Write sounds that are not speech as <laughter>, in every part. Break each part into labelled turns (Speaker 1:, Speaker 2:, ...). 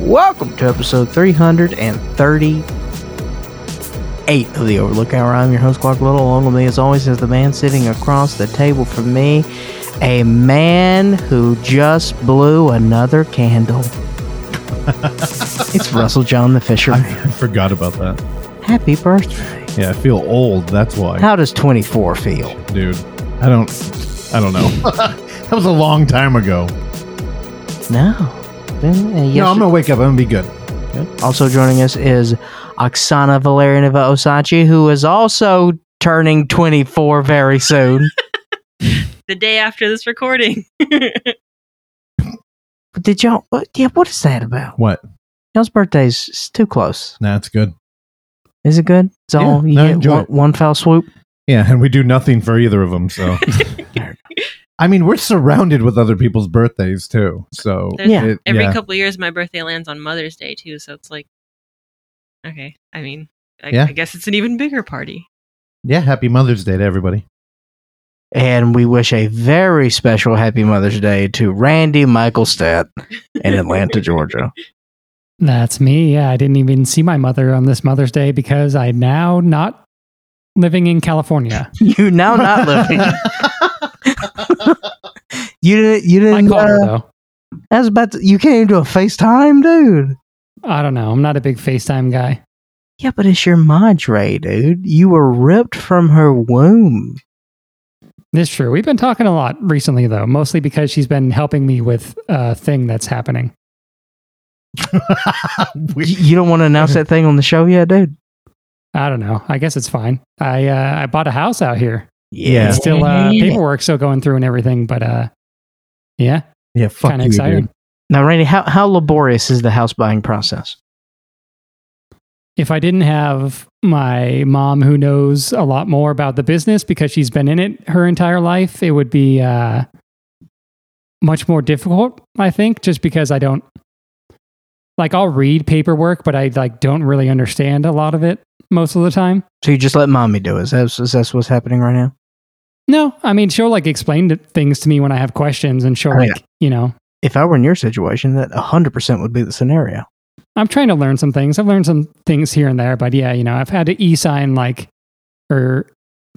Speaker 1: Welcome to episode 338 of the Overlook Hour. I'm your host, Clark Little. Along with me, as always, is the man sitting across the table from me, a man who just blew another
Speaker 2: <laughs>
Speaker 1: candle. it's Russell John the Fisherman.
Speaker 2: I forgot about that.
Speaker 1: Happy birthday.
Speaker 2: Yeah, I feel old. That's why,
Speaker 1: How does 24 feel?
Speaker 2: dude. I don't. I don't know. that was a long time ago.
Speaker 1: No. Been, uh,
Speaker 2: No, I'm
Speaker 1: yester-
Speaker 2: gonna wake up. I'm gonna be good.
Speaker 1: Also joining us is Oksana Valerianova Osachi, who is also turning 24 very soon.
Speaker 3: the day after this recording. <laughs>
Speaker 1: But Did y'all? What, yeah, what is that about?
Speaker 2: What?
Speaker 1: Y'all's birthday's s- too close.
Speaker 2: Nah, it's good.
Speaker 1: Is it good? It's
Speaker 2: Yeah,
Speaker 1: all you
Speaker 2: no,
Speaker 1: get
Speaker 2: enjoy
Speaker 1: one,
Speaker 2: it.
Speaker 1: one fell swoop.
Speaker 2: Yeah, and we do nothing for either of them. So, I mean, we're surrounded with other people's birthdays too. So,
Speaker 3: There's-
Speaker 1: Yeah.
Speaker 2: it-
Speaker 3: Every
Speaker 2: yeah.
Speaker 3: couple of years, my birthday lands on Mother's Day too, so it's like, okay. I mean, I,
Speaker 2: Yeah.
Speaker 3: I guess it's an even bigger party.
Speaker 2: yeah. Happy Mother's Day to everybody.
Speaker 1: And we wish a very special Happy Mother's Day to Randy Michaelstadt in Atlanta, Georgia.
Speaker 4: That's me. Yeah, I didn't even see my mother on this Mother's Day because I'm now not living
Speaker 2: <laughs>
Speaker 4: in California.
Speaker 1: <laughs> You now Oh, not living. <laughs> You didn't. You
Speaker 4: I
Speaker 1: didn't.
Speaker 4: called her
Speaker 1: Uh,
Speaker 4: though.
Speaker 1: I was about. To, you can't even do a FaceTime, dude.
Speaker 4: I don't know. I'm not a big FaceTime guy.
Speaker 1: Yeah, but it's your madre, dude. You were ripped from her womb.
Speaker 4: This true. We've been talking a lot recently though, mostly because she's been helping me with a thing that's happening.
Speaker 1: Y-
Speaker 2: We-
Speaker 1: You don't want to <laughs> announce that thing on the show yet, dude.
Speaker 4: I don't know. I guess it's fine. I uh, I bought a house out here.
Speaker 2: Yeah.
Speaker 4: It's still uh,
Speaker 1: Yeah.
Speaker 4: paperwork still going through and everything, but uh, yeah,
Speaker 2: yeah, fuck
Speaker 4: kind
Speaker 2: you,
Speaker 4: of exciting.
Speaker 2: dude.
Speaker 1: Now, Randy, how, how laborious is the house buying process?
Speaker 4: if I didn't have my mom, who knows a lot more about the business because she's been in it her entire life, it would be uh, much more difficult, I think, just because I don't like I'll read paperwork, but I like don't really understand a lot of it most of the time.
Speaker 1: So you just let mommy do it. Is that, is that what's happening right now?
Speaker 4: No, I mean she'll like explain th- things to me when I have questions, and she'll
Speaker 1: Oh,
Speaker 4: like
Speaker 1: yeah.
Speaker 4: you know
Speaker 1: If I were in your situation, that 100% would be the scenario.
Speaker 4: I'm trying to learn some things. I've learned some things here and there, but yeah, you know, I've had to e-sign like or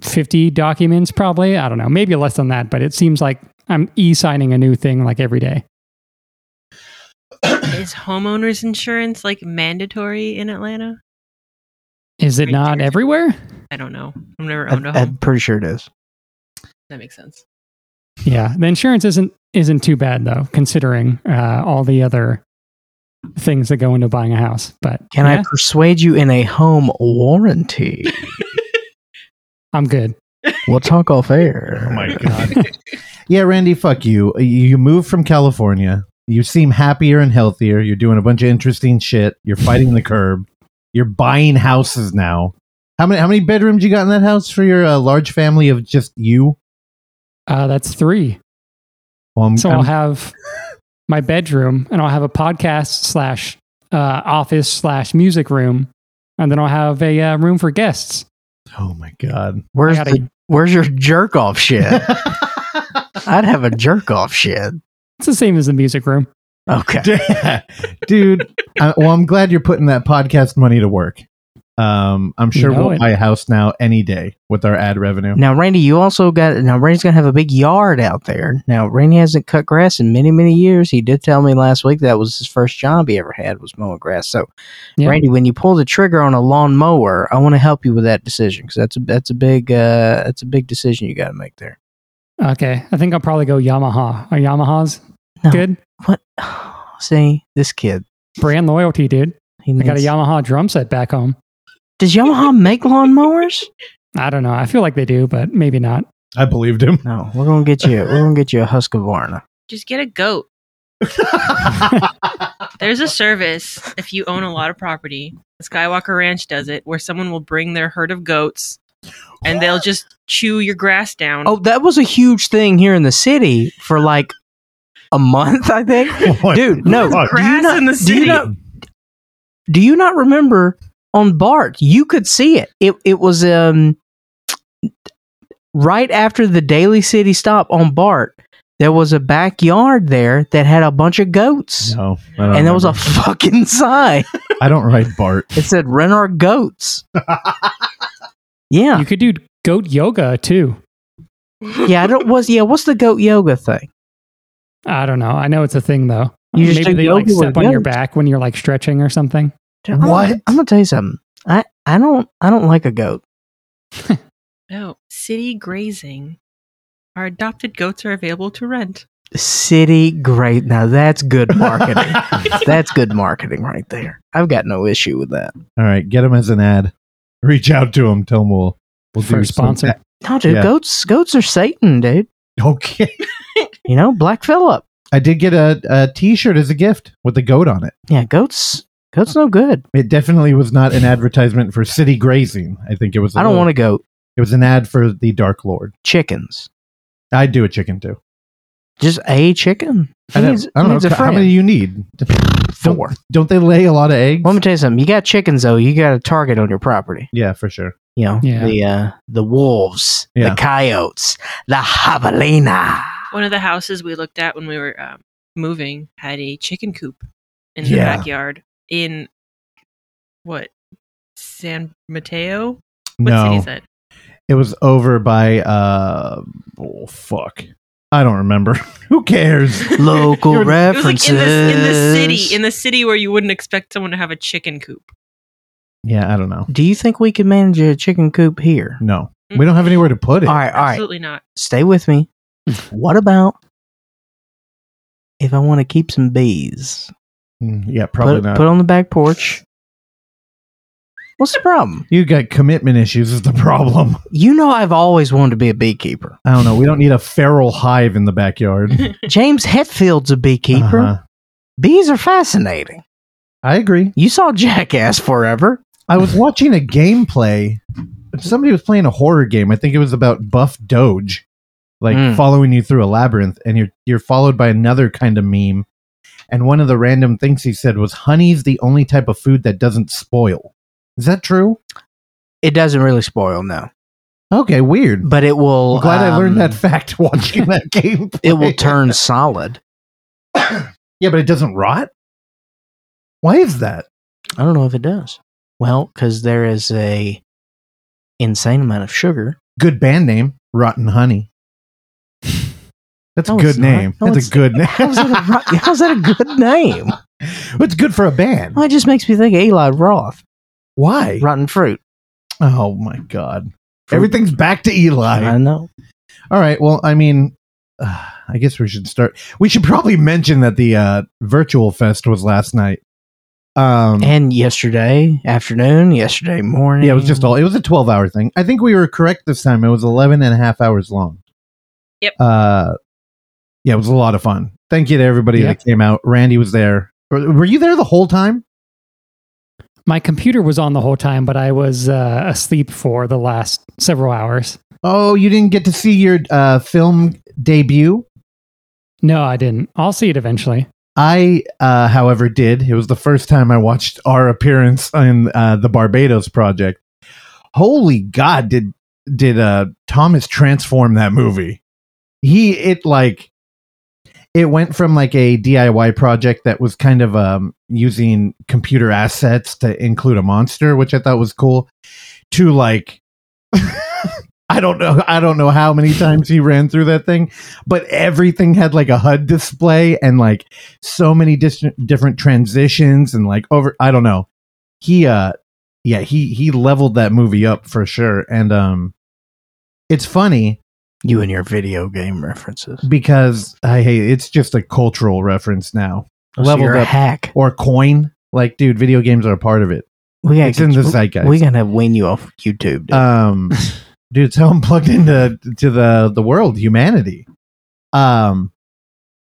Speaker 4: 50 documents probably. I don't know, maybe less than that, but it seems like I'm e-signing a new thing like every day.
Speaker 3: <laughs> Is homeowners insurance like mandatory in Atlanta?
Speaker 4: Is it
Speaker 3: Right
Speaker 4: not
Speaker 3: there.
Speaker 4: everywhere?
Speaker 3: I don't know. I've never
Speaker 1: I,
Speaker 3: owned a home.
Speaker 1: am pretty sure it is.
Speaker 3: that makes sense.
Speaker 4: Yeah, the insurance isn't isn't too bad though, considering uh, all the other things that go into buying a house. But
Speaker 1: Can
Speaker 4: yeah,
Speaker 1: I persuade you in a home warranty?
Speaker 4: I'm good.
Speaker 1: we'll talk off air.
Speaker 2: Oh my god. yeah, Randy, fuck you. You- You moved from California. You seem happier and healthier. You're doing a bunch of interesting shit. You're fighting the curb. You're buying houses now. How many how many bedrooms you got in that house for your uh, large family of just you?
Speaker 4: Uh, that's 3.
Speaker 2: Well, I'm,
Speaker 4: So
Speaker 1: Um,
Speaker 4: I'll
Speaker 2: I'm-
Speaker 4: have my bedroom and I'll have a podcast slash uh, office slash music room. And then I'll have a uh, room for guests.
Speaker 2: oh my god. <laughs>
Speaker 1: Where's,
Speaker 4: I gotta-
Speaker 1: the, where's your jerk off shit? I'd have a jerk off shit.
Speaker 4: It's the same as the music room.
Speaker 1: Okay.
Speaker 2: Dude, I, well, I'm glad you're putting that podcast money to work. Um, I'm sure
Speaker 4: know
Speaker 2: we'll
Speaker 4: it.
Speaker 2: buy a house now any day with our ad revenue.
Speaker 1: Now, Randy, you also got. Now, Randy's going to have a big yard out there. Now, Randy hasn't cut grass in many, many years. He did tell me last week that was his first job he ever had was mowing grass. So,
Speaker 4: Yeah.
Speaker 1: Randy, when you pull the trigger on a lawnmower, I want to help you with that decision because that's a that's a big uh, that's a big decision you got to make there.
Speaker 4: Okay. I think I'll probably go Yamaha. Are Yamahas
Speaker 1: No.
Speaker 4: good?
Speaker 1: What? <sighs> See this kid?
Speaker 4: Brand loyalty, dude.
Speaker 1: He
Speaker 4: I got a
Speaker 1: needs-
Speaker 4: Yamaha drum set back home.
Speaker 1: Does Yamaha make lawnmowers?
Speaker 4: I don't know. I feel like they do, but maybe not.
Speaker 2: I
Speaker 1: <laughs>
Speaker 2: believed him.
Speaker 1: No, we're gonna get you. We're gonna get you a Husqvarna.
Speaker 3: Just get a goat. There's a service if you own a lot of property. The Skywalker Ranch does it, where someone will bring their herd of goats, and they'll just chew your grass down.
Speaker 1: Oh, that was a huge thing here in the city for like a month, I think.
Speaker 2: <laughs> What
Speaker 1: Dude,
Speaker 2: the
Speaker 1: no.
Speaker 2: fuck?
Speaker 1: Do you
Speaker 3: grass
Speaker 1: not-
Speaker 3: in the
Speaker 1: do you
Speaker 3: city.
Speaker 1: not- do you not remember on Bart? You could see it. It it was um right after the Daily City stop on Bart. there was a backyard there that had a bunch of goats.
Speaker 2: No, I don't
Speaker 1: and there was a
Speaker 2: remember.
Speaker 1: <laughs> fucking sign.
Speaker 2: I don't ride
Speaker 1: <laughs>
Speaker 2: Bart.
Speaker 1: It said rent our
Speaker 2: <laughs>
Speaker 1: goats. yeah.
Speaker 4: You could do goat yoga too.
Speaker 1: Yeah, I don't was yeah, what's the goat yoga thing?
Speaker 4: I don't know. I know it's a thing though.
Speaker 1: You just
Speaker 4: Maybe
Speaker 1: do
Speaker 4: they like
Speaker 1: yoga with
Speaker 4: step on your
Speaker 1: goats.
Speaker 4: back when you're like stretching or something.
Speaker 1: I'm gonna-
Speaker 2: What?
Speaker 1: I'm gonna tell you something. I, I don't I don't like a goat.
Speaker 3: No, city grazing. Our adopted goats are available to rent.
Speaker 1: City great. Now that's good marketing. that's good marketing right there. I've got no issue with that.
Speaker 2: <laughs> All right, get him as an ad. Reach out to him. Tell him we'll we'll
Speaker 4: For
Speaker 2: do
Speaker 4: a
Speaker 2: some-
Speaker 4: sponsor.
Speaker 1: No, dude,
Speaker 2: Yeah.
Speaker 1: goats goats are Satan, dude.
Speaker 2: <laughs> Okay.
Speaker 1: You know, Black Phillip.
Speaker 2: I did get a, a T-shirt as a gift with the goat on it.
Speaker 1: Yeah, goats goats no good.
Speaker 2: It definitely was not an advertisement for city grazing. I think it was. I
Speaker 1: I don't want a goat.
Speaker 2: It was an ad for the Dark Lord.
Speaker 1: Chickens.
Speaker 2: I'd do a chicken too.
Speaker 1: Just a chicken.
Speaker 2: I don't,
Speaker 1: He's-
Speaker 2: I don't
Speaker 1: he's
Speaker 2: know
Speaker 1: a
Speaker 2: how
Speaker 1: friend.
Speaker 2: many you need. Don't-
Speaker 1: Four.
Speaker 2: Don't they lay a lot of eggs?
Speaker 1: Let me tell you something. You got chickens though. You got a target on your property.
Speaker 2: yeah, for sure.
Speaker 1: You know
Speaker 4: Yeah.
Speaker 1: the uh, the wolves,
Speaker 2: Yeah.
Speaker 1: the coyotes, the javelina.
Speaker 3: One of the houses we looked at when we were um, moving had a chicken coop in the
Speaker 2: Yeah.
Speaker 3: backyard in what San Mateo. What city
Speaker 2: No,
Speaker 3: is that? <laughs>
Speaker 2: it was over by. Uh, oh fuck, I don't remember. <laughs> Who cares?
Speaker 1: Local
Speaker 2: It was
Speaker 3: It was like
Speaker 1: references.
Speaker 3: in the, in the city, in the city where you wouldn't expect someone to have a chicken coop.
Speaker 2: Yeah, I don't know.
Speaker 1: Do you think we can manage a chicken coop here?
Speaker 2: No, we don't have anywhere to put it.
Speaker 1: Mm-hmm. All right, all right.
Speaker 3: Absolutely not.
Speaker 1: Stay with
Speaker 2: <laughs>
Speaker 1: me. what about if I want to keep some bees?
Speaker 2: Mm, Yeah, probably
Speaker 1: put,
Speaker 2: not.
Speaker 1: Put on the back porch. What's the problem?
Speaker 2: you got commitment issues is the problem.
Speaker 1: You know I've always wanted to be a beekeeper.
Speaker 2: I don't know. We don't need a feral hive in the backyard.
Speaker 1: <laughs> James Hetfield's a beekeeper.
Speaker 2: Uh-huh.
Speaker 1: Bees are fascinating.
Speaker 2: I agree.
Speaker 1: You saw Jackass Forever. <laughs>
Speaker 2: I was watching a gameplay. Somebody was playing a horror game. I think it was about Buff Doge, like
Speaker 1: Mm.
Speaker 2: following you through a labyrinth, and you're you're followed by another kind of meme. And one of the random things he said was, "Honey's the only type of food that doesn't spoil." Is that true?
Speaker 1: It doesn't really spoil, no,
Speaker 2: Okay, weird.
Speaker 1: but it will.
Speaker 2: I'm glad I learned
Speaker 1: um,
Speaker 2: that fact <laughs> watching
Speaker 1: <coughs>
Speaker 2: that game. <coughs>
Speaker 1: It
Speaker 2: <laughs>
Speaker 1: will turn solid.
Speaker 2: yeah, but it doesn't rot. Why is that?
Speaker 1: I don't know if it does. Well, because there is a insane amount of sugar.
Speaker 2: Good band name, Rotten Honey. That's
Speaker 1: No,
Speaker 2: a good
Speaker 1: it's not.
Speaker 2: name.
Speaker 1: No, it's-
Speaker 2: That's
Speaker 1: <laughs>
Speaker 2: a good name.
Speaker 1: How's that a, ri- how's that a good name?
Speaker 2: <laughs> Well, It's good for a band.
Speaker 1: Well, it just makes me think of Eli Roth,
Speaker 2: Why?
Speaker 1: Rotten Fruit.
Speaker 2: Oh my god. Everything's back to
Speaker 1: I
Speaker 2: Eli.
Speaker 1: know.
Speaker 2: All right. Well, I mean, uh, I guess we should start. We should probably mention that the uh, virtual fest was last night. Um,
Speaker 1: And yesterday afternoon, yesterday morning.
Speaker 2: yeah, it was just all. It was a twelve-hour thing. I think we were correct this time. It was 11 and a half hours long.
Speaker 3: Yep.
Speaker 2: Uh, yeah, it was a lot of fun. Thank you to everybody
Speaker 4: Yeah.
Speaker 2: that came out. Randy was there. Were were you there the whole time?
Speaker 4: My computer was on the whole time, but I was uh, asleep for the last several hours.
Speaker 2: Oh, you didn't get to see your uh, film debut.
Speaker 4: No, I didn't. I'll see it eventually.
Speaker 2: I, uh, however, did. It was the first time I watched our appearance in uh, the Barbados Project. Holy God, did did uh, Thomas transform that movie? He it like it went from like a DIY project that was kind of um, using computer assets to include a monster, which I thought was cool, to like. <laughs> I don't know. I don't know how many times he ran through that thing, but everything had like a HUD display and like so many dis- different transitions and like over i don't know he uh yeah he he leveled that movie up for sure and um it's funny
Speaker 1: you and your video game references.
Speaker 2: because i hate it's just a cultural reference now
Speaker 1: so
Speaker 2: leveled
Speaker 1: you're a
Speaker 2: up
Speaker 1: hack.
Speaker 2: or coin like dude video games are a part of it
Speaker 1: We gotta
Speaker 2: it's in
Speaker 1: get
Speaker 2: the
Speaker 1: you-
Speaker 2: zeitgeist
Speaker 1: We gotta wean you off YouTube. Dude. <laughs>
Speaker 2: um dude so i'm plugged into to the the world humanity um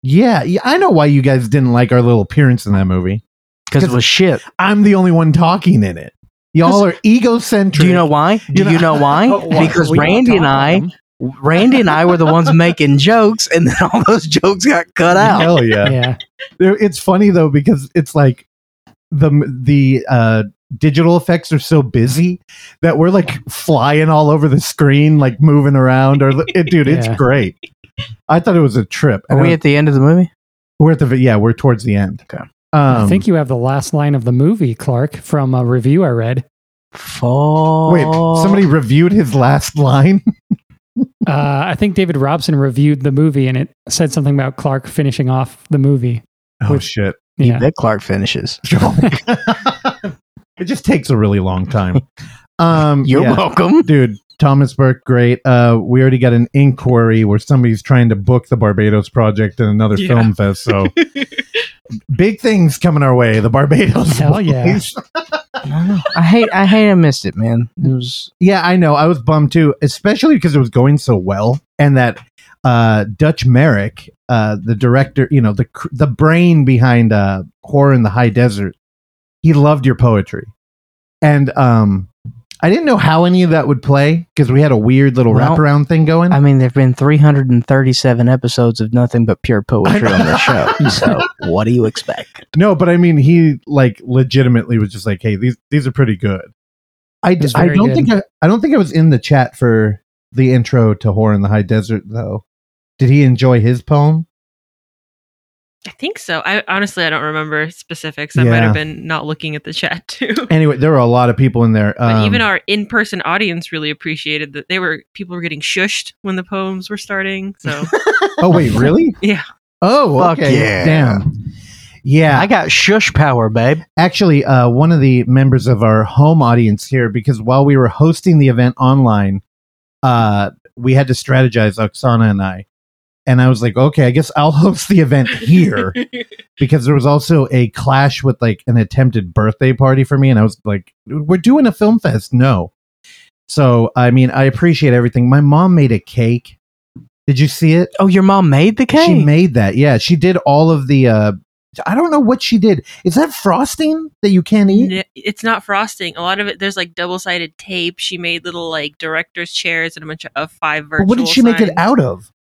Speaker 2: yeah, yeah i know why you guys didn't like our little appearance in that movie
Speaker 1: because it
Speaker 2: 'cause-
Speaker 1: was shit.
Speaker 2: I'm the only one talking in it. Y'all are egocentric.
Speaker 1: Do you know why? Do
Speaker 2: You <laughs>
Speaker 1: you know why?
Speaker 2: Why?
Speaker 1: Because
Speaker 4: We don't
Speaker 1: Randy and
Speaker 4: talk
Speaker 1: I,
Speaker 4: to them.
Speaker 1: Randy and I were the ones making jokes, and then all those jokes got cut out.
Speaker 2: Hell
Speaker 1: <laughs>
Speaker 2: yeah!
Speaker 4: Yeah.
Speaker 2: There- it's funny though because it's like the the uh, digital effects are so busy that we're like flying all over the screen, like moving around. Or it, dude, it's
Speaker 4: <laughs> Yeah.
Speaker 2: great. I thought it was a trip.
Speaker 1: Are
Speaker 2: And
Speaker 1: we
Speaker 2: I-
Speaker 1: at the end of the movie?
Speaker 2: we're at the yeah, we're towards the end.
Speaker 1: Okay.
Speaker 4: I
Speaker 2: Um,
Speaker 4: think you have the last line of the movie, Clark, from a review I read.
Speaker 1: Fuck.
Speaker 2: Wait, somebody reviewed his last line.
Speaker 4: Uh, I think David Robson reviewed the movie, and it said something about Clark finishing off the movie.
Speaker 2: Oh
Speaker 4: With-
Speaker 2: shit!
Speaker 4: Yeah,
Speaker 1: That Clark finishes.
Speaker 2: <laughs> it just takes a really long time. Um,
Speaker 1: <laughs> You're
Speaker 2: yeah. <laughs>
Speaker 1: welcome.
Speaker 2: dude thomas burke great uh we already got an inquiry where somebody's trying to book the barbados project and another
Speaker 3: Yeah.
Speaker 2: film fest so big things coming our way the barbados
Speaker 4: Hell yeah.
Speaker 2: boys.
Speaker 1: I don't know. I hate. I hate. I missed it, man. It was.
Speaker 2: yeah i know i was bummed too especially because it was going so well and that uh dutch merrick uh the director you know the cr- the brain behind uh horror in the high desert he loved your poetry and um i didn't know how any of that would play because we had a weird little
Speaker 1: Well,
Speaker 2: wraparound thing going
Speaker 1: I mean, there've been 337 episodes of nothing but pure poetry on this show. <laughs> So what do you expect?
Speaker 2: No, but I mean, he like legitimately was just like, "Hey, these these are pretty good." I, d-
Speaker 4: was
Speaker 2: I
Speaker 4: very
Speaker 2: don't
Speaker 4: good.
Speaker 2: think I, I don't think I was in the chat for the intro to Horror in the High Desert though. Did he enjoy his poem?
Speaker 3: I think so. I honestly I don't remember specifics. I might
Speaker 2: Yeah.
Speaker 3: have been not looking at the chat too.
Speaker 2: Anyway, there were a lot of people in there.
Speaker 3: But
Speaker 2: um,
Speaker 3: even our in-person audience really appreciated that they were people were getting shushed when the poems were starting. So
Speaker 2: oh
Speaker 3: <laughs>
Speaker 2: wait, really?
Speaker 3: Yeah.
Speaker 2: Oh,
Speaker 1: Fuck
Speaker 2: okay.
Speaker 1: yeah.
Speaker 2: Damn. Yeah,
Speaker 1: I got shush power, babe.
Speaker 2: actually uh, one of the members of our home audience here because while we were hosting the event online uh, we had to strategize oksana and i and i was like okay i guess i'll <laughs> host the event <laughs>
Speaker 3: <laughs>
Speaker 2: here because there was also a clash with like an attempted birthday party for me and i was like we're doing a film fest no so i mean i appreciate everything my mom made a cake did you see it
Speaker 1: Oh, your mom made the cake.
Speaker 2: she made that. Yeah, she did all of the. uh I don't know what she did. Is that frosting that you can't eat?
Speaker 3: N- it's not frosting. A lot of it there's like double-sided tape. She made little like director's chairs and a bunch of, of five virtual.
Speaker 2: But what did she make it
Speaker 3: signs.
Speaker 2: out of?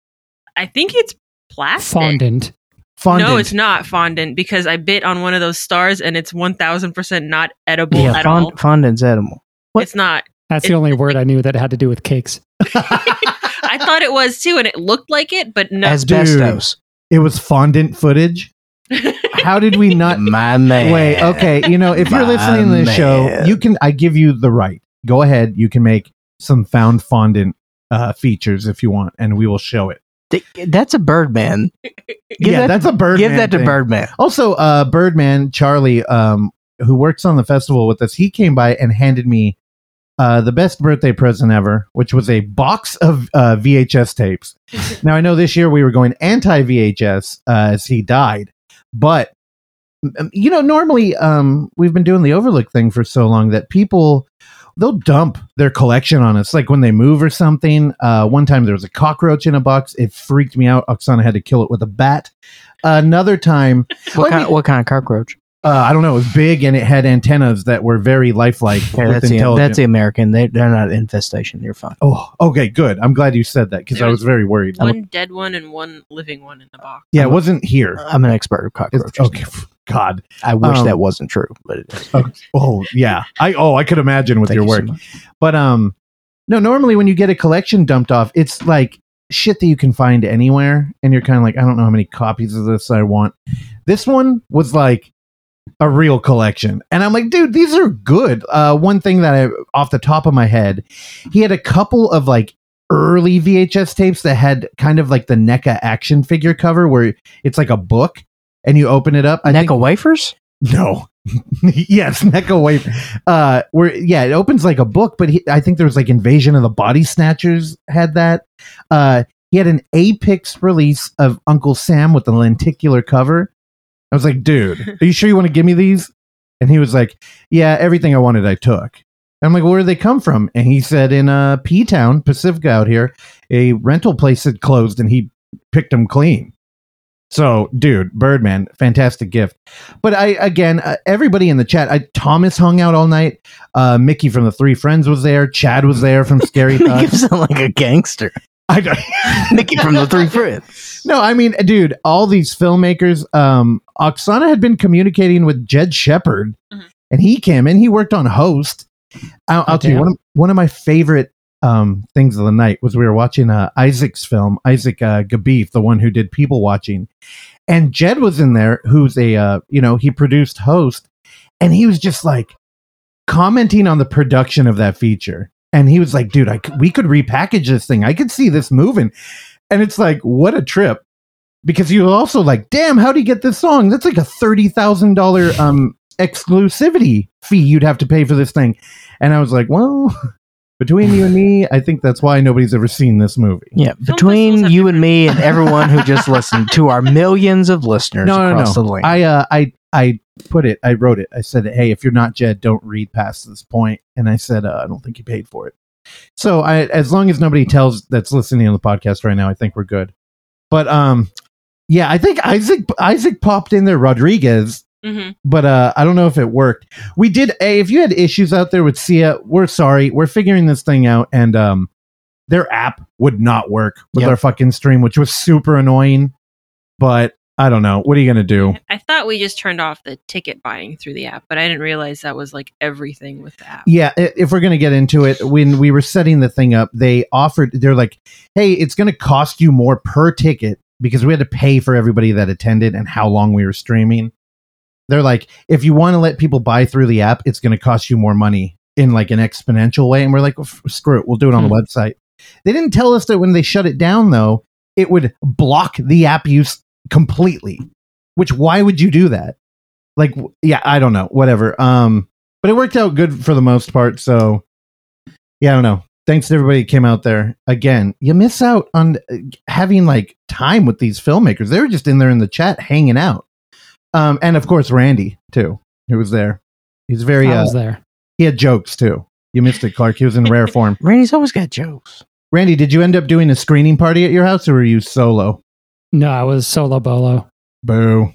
Speaker 3: I think it's plastic.
Speaker 4: fondant.
Speaker 2: Fondant.
Speaker 3: No, it's not fondant because I bit on one of those stars and it's 1000% not edible
Speaker 1: yeah,
Speaker 3: at all.
Speaker 1: fond- fondant's edible. what-
Speaker 3: It's not.
Speaker 4: That's
Speaker 3: It-
Speaker 4: the only word I knew that had to do with cakes.
Speaker 2: <laughs>
Speaker 3: <laughs> I thought it was too and it looked like it, but no. <laughs>
Speaker 1: Asbestos.
Speaker 2: It was fondant footage. How did we
Speaker 1: <laughs>
Speaker 2: not?
Speaker 1: My man.
Speaker 2: Wait, oh. okay. You know, if you're
Speaker 1: My
Speaker 2: listening to this show,
Speaker 1: man.
Speaker 2: you can. I give you the right. Go ahead. You can make some found fondant uh, features if you want, and we will show it.
Speaker 1: Th- That's a Birdman. Give
Speaker 2: yeah,
Speaker 1: that-
Speaker 2: that's a bird.
Speaker 1: Give that to Birdman.
Speaker 2: Also, uh, Birdman Charlie, um, who works on the festival with us, he came by and handed me uh, the best birthday present ever, which was a box of uh, VHS tapes. now, I know this year we were going anti VHS uh, as he died, but um, you know, normally um, we've been doing the overlook thing for so long that people they'll dump their collection on us, like when they move or something. Uh, one time there was a cockroach in a box; it freaked me out. Oksana had to kill it with a bat. Another time,
Speaker 1: What
Speaker 2: I
Speaker 1: kind?
Speaker 2: mean-
Speaker 1: what kind of cockroach?
Speaker 2: uh, I don't know, it was big and it had antennas that were very lifelike
Speaker 1: Okay,
Speaker 2: with
Speaker 1: that's the
Speaker 2: intelligence.
Speaker 1: that's the American. They they're not infestation. You're fine.
Speaker 2: Oh, okay, good. I'm glad you said that because
Speaker 3: There
Speaker 2: I
Speaker 3: was
Speaker 2: was very worried.
Speaker 3: one dead one and one living one in the box.
Speaker 2: yeah, it wasn't here.
Speaker 1: I'm an expert of cockroaches.
Speaker 2: It's, okay, pff, <laughs> God.
Speaker 1: I wish
Speaker 2: um,
Speaker 1: that wasn't true, but it is.
Speaker 2: Oh, yeah. I oh, I could imagine with
Speaker 1: Thank
Speaker 2: your
Speaker 1: you so
Speaker 2: work.
Speaker 1: much.
Speaker 2: But um, no. Normally, when you get a collection dumped off, it's like shit that you can find anywhere, and you're kind of like, I don't know how many copies of this I want. This one was like a real collection, and I'm like, dude, these are good. Uh, one thing that I, off the top of my head, he had a couple of like early VHS tapes that had kind of like the NECA action figure cover, where it's like a book, and you open it up. I think-
Speaker 1: Necco wafers.
Speaker 2: no. <laughs> yes, Neko Wave. Uh, where yeah, it opens like a book, but he, I think there was like Invasion of the Body Snatchers had that. Uh, he had an Apix release of Uncle Sam with the lenticular cover. I was like, dude, are you sure you want to give me these? And he was like, yeah, everything I wanted, I took. I'm like, where did they come from? And he said, in uh, P Town, Pacifica out here, a rental place had closed, and he picked them clean. So, dude, Birdman, fantastic gift. But I again, uh, everybody in the chat. I, Thomas hung out all night. Uh, Mickey from the Three Friends was there. Chad was there
Speaker 1: <laughs>
Speaker 2: from Scary
Speaker 1: You
Speaker 2: Thoughts.
Speaker 1: sound like a gangster.
Speaker 2: I don't-
Speaker 1: Nikki from the Three Friends.
Speaker 2: no, I mean, dude, all these filmmakers. Um, Oksana had been communicating with Jed Shepard,
Speaker 3: Mhm.
Speaker 2: and he came in. He worked on Host. I'll, I'll
Speaker 4: Oh,
Speaker 2: tell you
Speaker 4: damn.
Speaker 2: one of, one of my favorite uh, um, things of the night was we were watching uh, Isaac's film, Isaac uh, Gabeef, the one who did People Watching, and Jed was in there, who's a uh, you know he produced host, and he was just like commenting on the production of that feature, and he was like, "Dude, I c- we could repackage this thing. I could see this moving," and it's like, what a trip. Because you're also like, damn, how do you get this song? That's like a thirty thousand dollar um exclusivity fee you'd have to pay for this thing. And I was like, well, <laughs> between you and me, I think that's why nobody's ever seen this movie.
Speaker 1: Yeah,
Speaker 3: festivals
Speaker 1: between
Speaker 3: have
Speaker 1: you and
Speaker 3: different-
Speaker 1: me and everyone who just listened to our millions of listeners
Speaker 2: No, no,
Speaker 1: across the
Speaker 2: no.
Speaker 1: link.
Speaker 2: I, uh, I, I put it, I wrote it. I said, hey, if you're not Jed, don't read past this point. And I said, uh, I don't think he paid for it. So I, as long as nobody tells that's listening on the podcast right now, I think we're good. But um, yeah, I think Isaac Isaac popped in there. Rodriguez
Speaker 3: hmm
Speaker 2: but uh, I don't know if it worked. We did. Hey, if you had issues out there with Sia, we're sorry. We're figuring this thing out, and um, their app would not work with
Speaker 1: Yep.
Speaker 2: our fucking stream, which was super annoying. But I don't know. What are you gonna do?
Speaker 3: I thought we just turned off the ticket buying through the app, but I didn't realize that was like everything with the app.
Speaker 2: Yeah, i- if we're gonna get into it, when we were setting the thing up, they offered. They're like, "Hey, it's gonna cost you more per ticket because we had to pay for everybody that attended and how long we were streaming." They're like, "If you want to let people buy through the app, it's gonna cost you more money in like an exponential way." And we're like, well, f- "Screw it, we'll do it on the website." They didn't tell us that when they shut it down, though, it would block the app use completely. Which why would you do that? Like, w- yeah, I don't know. Whatever. Um but it worked out good for the most part. So, yeah, I don't know. Thanks to everybody that came out there. Again, you miss out on uh, having like time with these filmmakers. They were just in there in the chat hanging out. Um, and of course, Randy too, who was there. He's very.
Speaker 4: I
Speaker 2: Uh,
Speaker 4: was there.
Speaker 2: he had jokes too. You missed it, Clark. He was in rare form.
Speaker 1: Randy's always got jokes.
Speaker 2: Randy, did you end up doing a screening party at your house, or were you solo?
Speaker 4: No, I was solo bolo.
Speaker 2: Boo.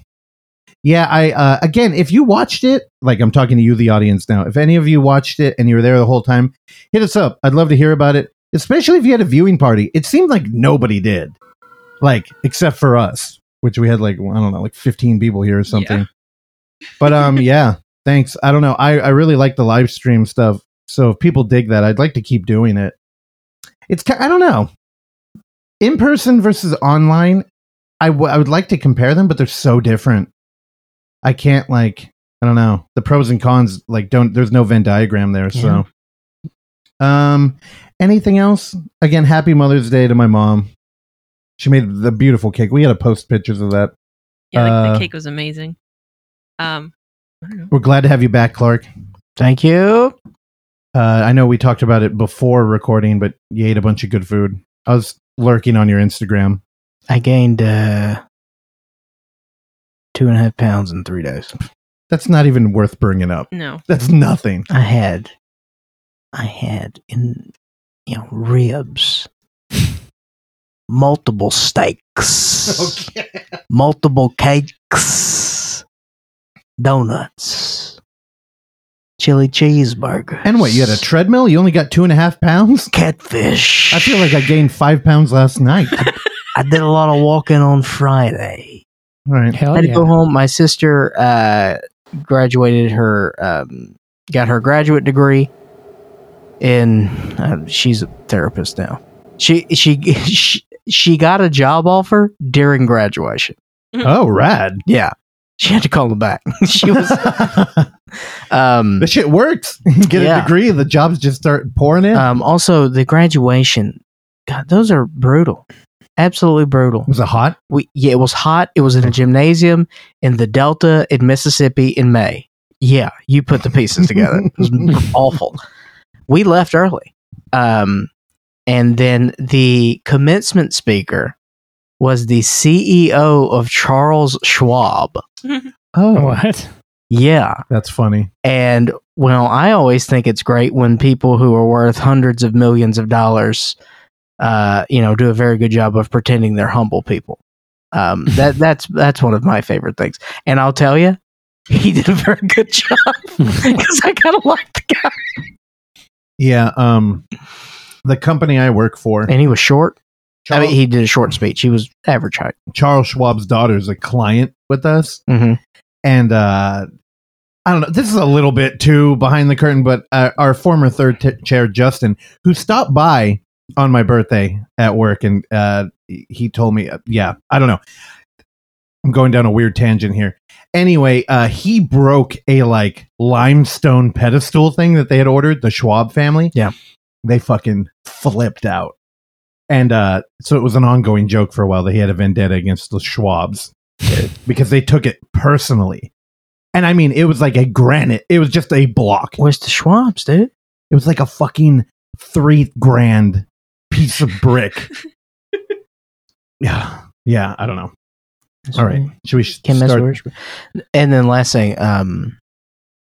Speaker 2: Yeah, I uh, again, if you watched it, like I'm talking to you, the audience now. If any of you watched it and you were there the whole time, hit us up. I'd love to hear about it, especially if you had a viewing party. It seemed like nobody did, like except for us, which we had like I don't know, like 15 people here or something. But um, yeah, thanks. I don't know. I I really like the live stream stuff. So if people dig that, I'd like to keep doing it. It's ki- I don't know. In person versus online I, w- I would like to compare them, but they're so different. I can't like I don't know the pros and cons like don't there's no Venn diagram there. So, um, anything else? Again, Happy Mother's Day to my mom. She made the beautiful cake. We had to post pictures of that.
Speaker 3: Yeah, the, the
Speaker 2: Uh,
Speaker 3: cake was amazing. Um, I don't know.
Speaker 2: We're glad to have you back, Clark.
Speaker 1: Thank you.
Speaker 2: Uh, I know we talked about it before recording, but you ate a bunch of good food. I was lurking on your Instagram.
Speaker 1: I gained uh, two and a half pounds in three days.
Speaker 2: That's not even worth bringing up. <laughs>
Speaker 3: No,
Speaker 2: That's nothing.
Speaker 1: I had, I had in, you know, ribs, multiple
Speaker 2: <laughs>
Speaker 1: steaks, multiple cakes, donuts, chili cheeseburger,
Speaker 2: And what? You had a treadmill? You only got two and a half pounds?
Speaker 1: catfish.
Speaker 2: I feel like I gained five pounds last night.
Speaker 1: I did a lot of walking on Friday.
Speaker 2: All right.
Speaker 1: I
Speaker 4: Hell
Speaker 1: had to go
Speaker 4: yeah.
Speaker 1: home. My sister uh, graduated her, um, got her graduate degree in. Uh, she's a therapist now. She she she she got a job offer during graduation. <laughs>
Speaker 2: Oh, rad.
Speaker 1: Yeah, she had to call them back. <laughs> she
Speaker 2: <laughs>
Speaker 1: was um,
Speaker 2: the shit works. <laughs> Get a
Speaker 1: Yeah.
Speaker 2: degree, the jobs just start pouring in.
Speaker 1: um also the graduation. God, those are brutal. Absolutely brutal.
Speaker 2: was it hot?
Speaker 1: we yeah, it was hot. It was in a gymnasium in the Delta in Mississippi in May. Yeah, you put the pieces together. It was awful. We left early. Um, and then the commencement speaker was the CEO of Charles Schwab.
Speaker 2: Oh,
Speaker 4: What?
Speaker 1: Yeah.
Speaker 2: that's funny.
Speaker 1: And well, I always think it's great when people who are worth hundreds of millions of dollars, uh, you know, do a very good job of pretending they're humble people. <laughs> Um, that that's that's one of my favorite things. And I'll tell you, he did a very good <laughs> job because I kind of liked the guy.
Speaker 2: Yeah. Um, the company I work for,
Speaker 1: And he was short. I
Speaker 2: Charles,
Speaker 1: mean, he did a short speech. He was average height. Mm-hmm.
Speaker 2: Charles Schwab's daughter is a client with us.
Speaker 1: hmm
Speaker 2: and uh I don't know. This is a little bit too behind the curtain, but uh, our former third t- chair, Justin, who stopped by on my birthday at work, and uh, he told me, uh, yeah, I don't know. I'm going down a weird tangent here. Anyway, uh, he broke a like limestone pedestal thing that they had ordered, the Schwab family.
Speaker 1: Yeah.
Speaker 2: They fucking flipped out. And uh, so it was an ongoing joke for a while that he had a vendetta against the Schwabs because they took it personally. And I mean, it was like a granite. It was just a block.
Speaker 1: Where's the Schwab's, dude?
Speaker 2: It was like a fucking three grand piece of
Speaker 4: <laughs>
Speaker 2: brick. yeah. Yeah. I don't know. All right. Should we
Speaker 1: Can't mess
Speaker 2: start?
Speaker 1: with her. And then last thing, um,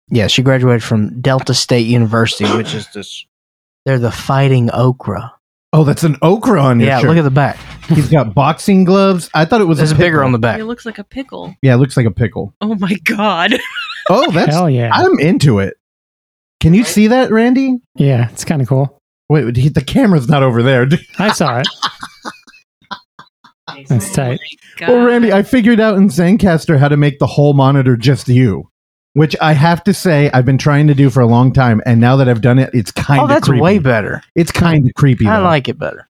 Speaker 1: yeah, she graduated from Delta State <coughs> University, which is this. They're the fighting okra.
Speaker 2: Oh, that's an okra on your
Speaker 1: Yeah,
Speaker 2: shirt.
Speaker 1: look at the back.
Speaker 2: He's got boxing gloves. I thought it was
Speaker 1: There's
Speaker 2: a
Speaker 1: a bigger
Speaker 2: pickle.
Speaker 1: on the back.
Speaker 3: It looks like a pickle.
Speaker 2: Yeah, it looks like a pickle.
Speaker 3: Oh my god. <laughs>
Speaker 2: Oh, that's
Speaker 4: Hell yeah.
Speaker 2: I'm into it. Can you see that, Randy?
Speaker 4: yeah, it's kind of cool.
Speaker 2: Wait, he- the camera's not over there. <laughs>
Speaker 4: I saw it. That's tight.
Speaker 3: Oh God.
Speaker 2: Well, Randy, I figured out in Zencaster how to make the whole monitor just you, which I have to say I've been trying to do for a long time, and now that I've done it, it's kind
Speaker 1: Oh,
Speaker 2: of
Speaker 1: that's
Speaker 2: creepy.
Speaker 1: way better.
Speaker 2: It's kind of creepy.
Speaker 1: I
Speaker 2: though.
Speaker 1: like it better.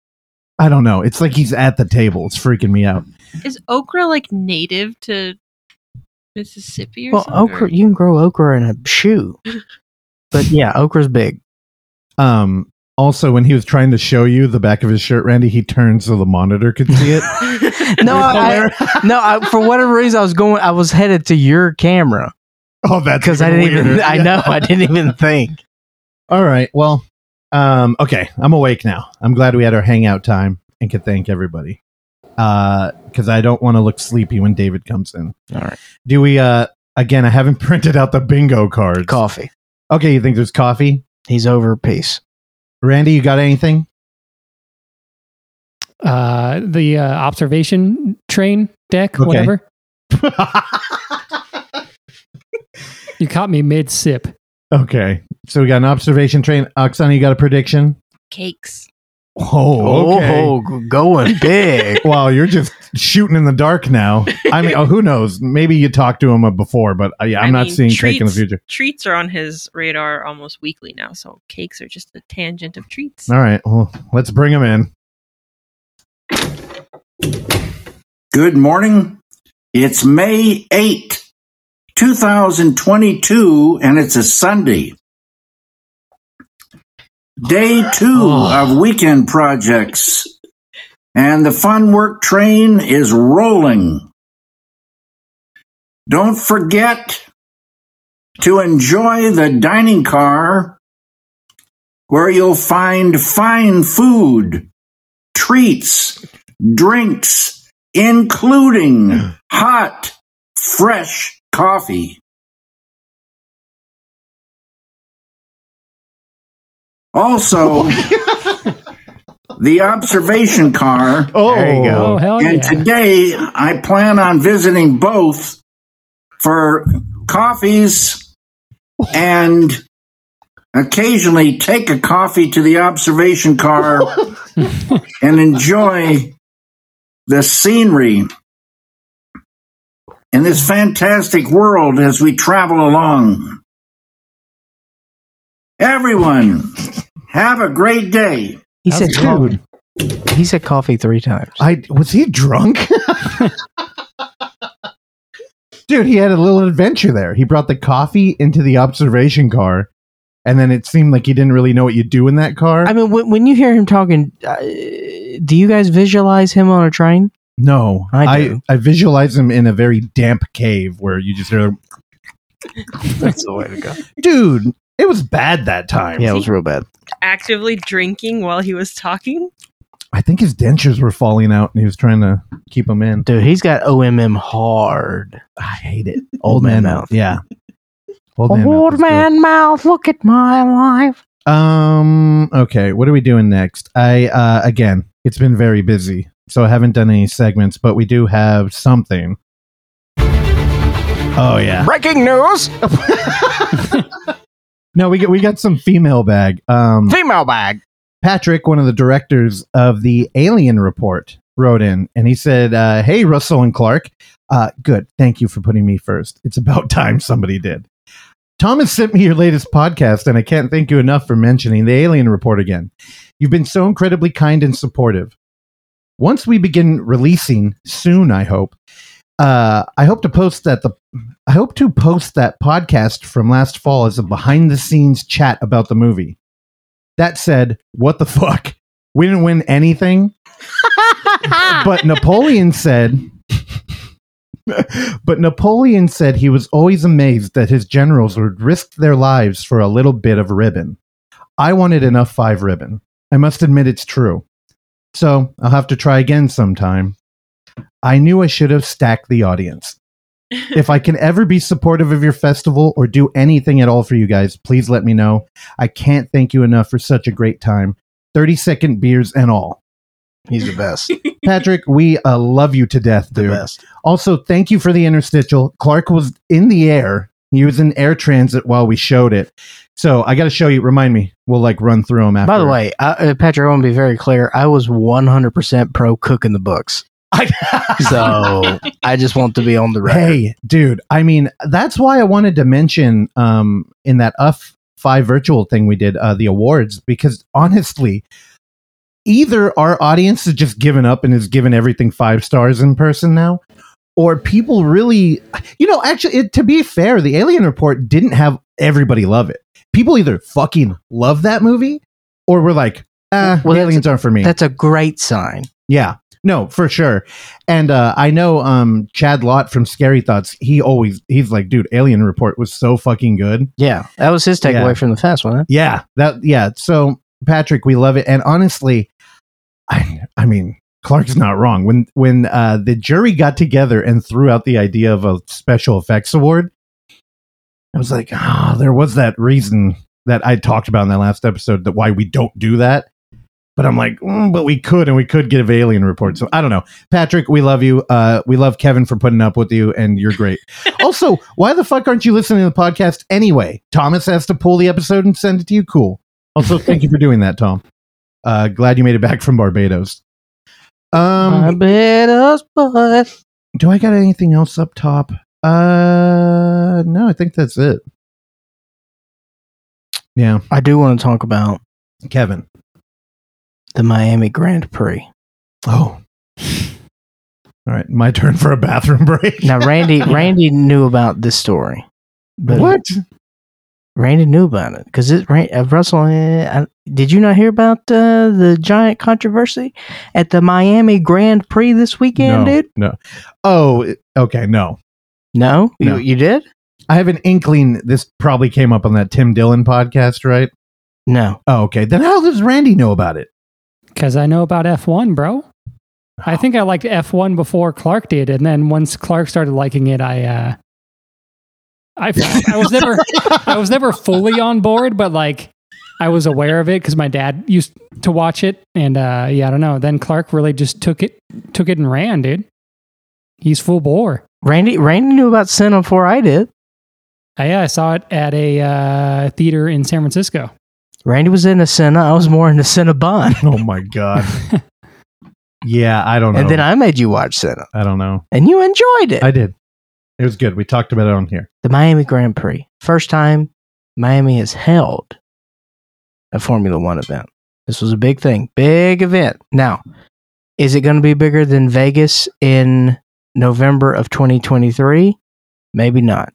Speaker 2: I don't know. It's like he's at the table. It's freaking me out.
Speaker 3: Is okra like native to Mississippi or
Speaker 1: Well,
Speaker 3: something?
Speaker 1: okra, you can grow okra in a shoe. But
Speaker 3: <laughs>
Speaker 1: yeah, okra's big.
Speaker 2: Um. Also, when he was trying to show you the back of his shirt, Randy, he turned so the monitor could see it. Oh,
Speaker 1: No, <laughs> I, <laughs> no. I, for whatever reason, I was going. I was headed to your camera
Speaker 2: oh, that's
Speaker 1: because I
Speaker 2: even
Speaker 1: didn't even.
Speaker 2: weirder.
Speaker 1: I
Speaker 2: Yeah.
Speaker 1: know. I didn't <laughs> even think.
Speaker 2: All right. Well, um, okay. I'm awake now. I'm glad we had our hangout time and could thank everybody. Because I don't want to look sleepy when David comes in.
Speaker 1: All right.
Speaker 2: Do we, uh, again, I haven't <laughs> printed out the bingo cards.
Speaker 1: Coffee.
Speaker 2: Okay. You think there's coffee?
Speaker 1: He's over peace.
Speaker 2: Randy, you got anything? <laughs>
Speaker 4: Uh, the uh, observation train deck,
Speaker 2: Okay.
Speaker 4: whatever.
Speaker 2: okay.
Speaker 4: You caught me mid sip.
Speaker 2: So we got an observation train. Oksana, you got a prediction?
Speaker 3: Cakes.
Speaker 2: Oh, okay.
Speaker 1: Oh, g- going big.
Speaker 2: Wow, you're just shooting in the dark now. I mean, oh, who knows? Maybe you talked to him uh, before, but uh, yeah, I'm
Speaker 3: I
Speaker 2: not
Speaker 3: mean,
Speaker 2: seeing cake in the
Speaker 3: treats-
Speaker 2: future.
Speaker 3: <laughs> Treats are on his radar almost weekly now, so cakes are just a tangent of treats.
Speaker 2: All right, well, let's bring him in.
Speaker 5: Good morning. It's May 8, 2022, and it's a Sunday. Day two of weekend projects, and the fun work train is rolling. Don't forget to enjoy the dining car where you'll find fine food, treats, drinks, including hot, fresh coffee. Also, the observation car.
Speaker 2: Oh,
Speaker 1: There you go.
Speaker 4: Oh, hell
Speaker 5: and
Speaker 4: yeah.
Speaker 5: today I plan on visiting both for coffees and occasionally take a coffee to the
Speaker 4: <laughs>
Speaker 5: observation car and enjoy the scenery in this fantastic world as we travel along. Everyone, have a great day.
Speaker 1: <laughs> He
Speaker 4: That's
Speaker 1: said,
Speaker 4: cool.
Speaker 1: "Dude." He said coffee three times.
Speaker 2: I was he drunk? <laughs> Dude, he had a little adventure there. He brought the coffee into the observation car, and then it seemed like he didn't really know what you do in that car.
Speaker 1: I mean, when, when you hear him talking, uh, do you guys visualize him on a train?
Speaker 2: no,
Speaker 1: I do.
Speaker 2: I, visualize him in a very damp cave where you just hear,
Speaker 1: That's the way to go.
Speaker 2: dude, it was bad that
Speaker 1: <laughs>
Speaker 2: time.
Speaker 1: Yeah, it was real bad.
Speaker 3: Actively drinking while he was talking.
Speaker 2: I think his dentures were falling out, and he was trying to keep them in.
Speaker 1: Dude, he's got OMM hard.
Speaker 2: I hate <laughs> it.
Speaker 1: Old man mouth.
Speaker 2: Yeah. Old man. mouth
Speaker 1: Old
Speaker 2: is good.
Speaker 1: man mouth, look at my life.
Speaker 2: Um. Okay. What are we doing next? I uh again, it's been very busy, so I haven't done any segments, but we do have something. Oh yeah.
Speaker 1: Breaking news
Speaker 2: No, we got we got some female bag. Um,
Speaker 1: female bag.
Speaker 2: Patrick, one of the directors of the Alien Report, wrote in and he said, uh, "Hey, <laughs> Russell and Clark. Uh, good. Thank you for putting me first. It's about time somebody did." Thomas sent me your latest podcast, and I can't thank you enough for mentioning the Alien Report again. You've been so incredibly kind and supportive. Once we begin releasing soon, I hope. Uh, I hope to post that the I hope to post that podcast from last fall as a behind the scenes chat about the movie. That said, what the <laughs> fuck? We didn't win anything, <laughs>
Speaker 3: <laughs>
Speaker 2: but Napoleon said but Napoleon said he was always amazed that his generals would risk their lives for a little bit of ribbon. I wanted enough five ribbon. I must admit it's true. So I'll have to try again sometime. I knew I should have stacked the audience. if I can ever be supportive of your festival or do anything at all for you guys, please let me know. I can't thank you enough for such a great time. 30 second beers and all.
Speaker 6: He's the
Speaker 1: <laughs>
Speaker 6: best.
Speaker 2: Patrick, we uh, love you to death,
Speaker 6: the
Speaker 2: dude.
Speaker 6: best.
Speaker 2: Also, thank you for the interstitial. Clark was in the air. He was in air transit while we showed it. So I got to show you. Remind me. We'll like run through them after.
Speaker 1: By the way, I, uh, Patrick, I want to be very clear. I was 100% pro cooking the <laughs> books. so <laughs> I just want to be on the record.
Speaker 2: hey, dude. I mean, that's why I wanted to mention um, in that UF five virtual thing we did uh, the awards because honestly, either our audience has just given up and has given everything five stars in person now, or people really, you know, actually, it, to be fair, the Alien Report didn't have everybody love it. People either fucking love that movie or were like, ah,
Speaker 1: Well, that's-
Speaker 2: aliens aren't for me.
Speaker 1: That's a great sign.
Speaker 2: Yeah. No, for sure. And uh, I know um, Chad Lott from Scary Thoughts, he always, he's like, dude, Alien Report was so fucking good.
Speaker 1: Yeah, that was his takeaway
Speaker 2: Yeah.
Speaker 1: from the fast one.
Speaker 2: Yeah. That, yeah. So, Patrick, we love it. And honestly, I, I mean, Clark's not wrong. When, when uh, the jury got together and threw out the idea of a special effects award, I was like, ah, there was that reason that I talked about in that last episode that why we don't do that. But I'm like, mm, but we could, and we could get an alien report. So I don't know. Patrick, we love you. Uh, we love Kevin for putting up with you, and you're great. also, why the fuck aren't you listening to the podcast anyway? Thomas has to pull the episode and send it to you. Cool. Also, thank you for doing that, Tom. Uh, glad you made it back from Barbados. Um,
Speaker 1: Barbados boy.
Speaker 2: do I got anything else up top? Uh, no, I think that's it. Yeah,
Speaker 1: I do want to talk about
Speaker 2: Kevin.
Speaker 1: the Miami Grand Prix.
Speaker 2: Oh. All right, my <laughs> turn for a bathroom break.
Speaker 1: Now, Randy, Randy knew about this story. But
Speaker 2: <laughs> what?
Speaker 1: Randy knew about it because it. Ran, uh, Russell, uh, I, did you not hear about uh, the giant controversy at the Miami Grand Prix this weekend,
Speaker 2: no,
Speaker 1: dude?
Speaker 2: no. Oh, it- okay, no.
Speaker 1: No,
Speaker 2: No.
Speaker 1: You, you did?
Speaker 2: I have an inkling this probably came up on that Tim Dillon podcast, right?
Speaker 1: No.
Speaker 2: Oh, okay. Then how does Randy know about it? <laughs>
Speaker 4: Because I know about F1, bro. I think I liked F1 before Clark did, and then once Clark started liking it, I uh, I, I was never I was never fully on board, but like I was aware of it because my dad used to watch it, and uh, yeah, I don't know. Then Clark really just took it took it and ran, dude. He's full bore.
Speaker 1: Randy, Randy knew about sin before I did.
Speaker 4: Uh, yeah, I saw it at a uh, theater in San Francisco.
Speaker 1: Randy was in a Senna. I was more in a Cinnabon.
Speaker 2: Oh my god. yeah, I don't
Speaker 1: <laughs>
Speaker 2: know.
Speaker 1: And then I made you watch Senna,
Speaker 2: I don't know.
Speaker 1: and you enjoyed it.
Speaker 2: I did. It was good. We talked about it on here.
Speaker 1: the Miami Grand Prix. First time Miami has held a Formula One event. This was a big thing, big event. Now, is it going to be bigger than Vegas in November of 2023? Maybe not.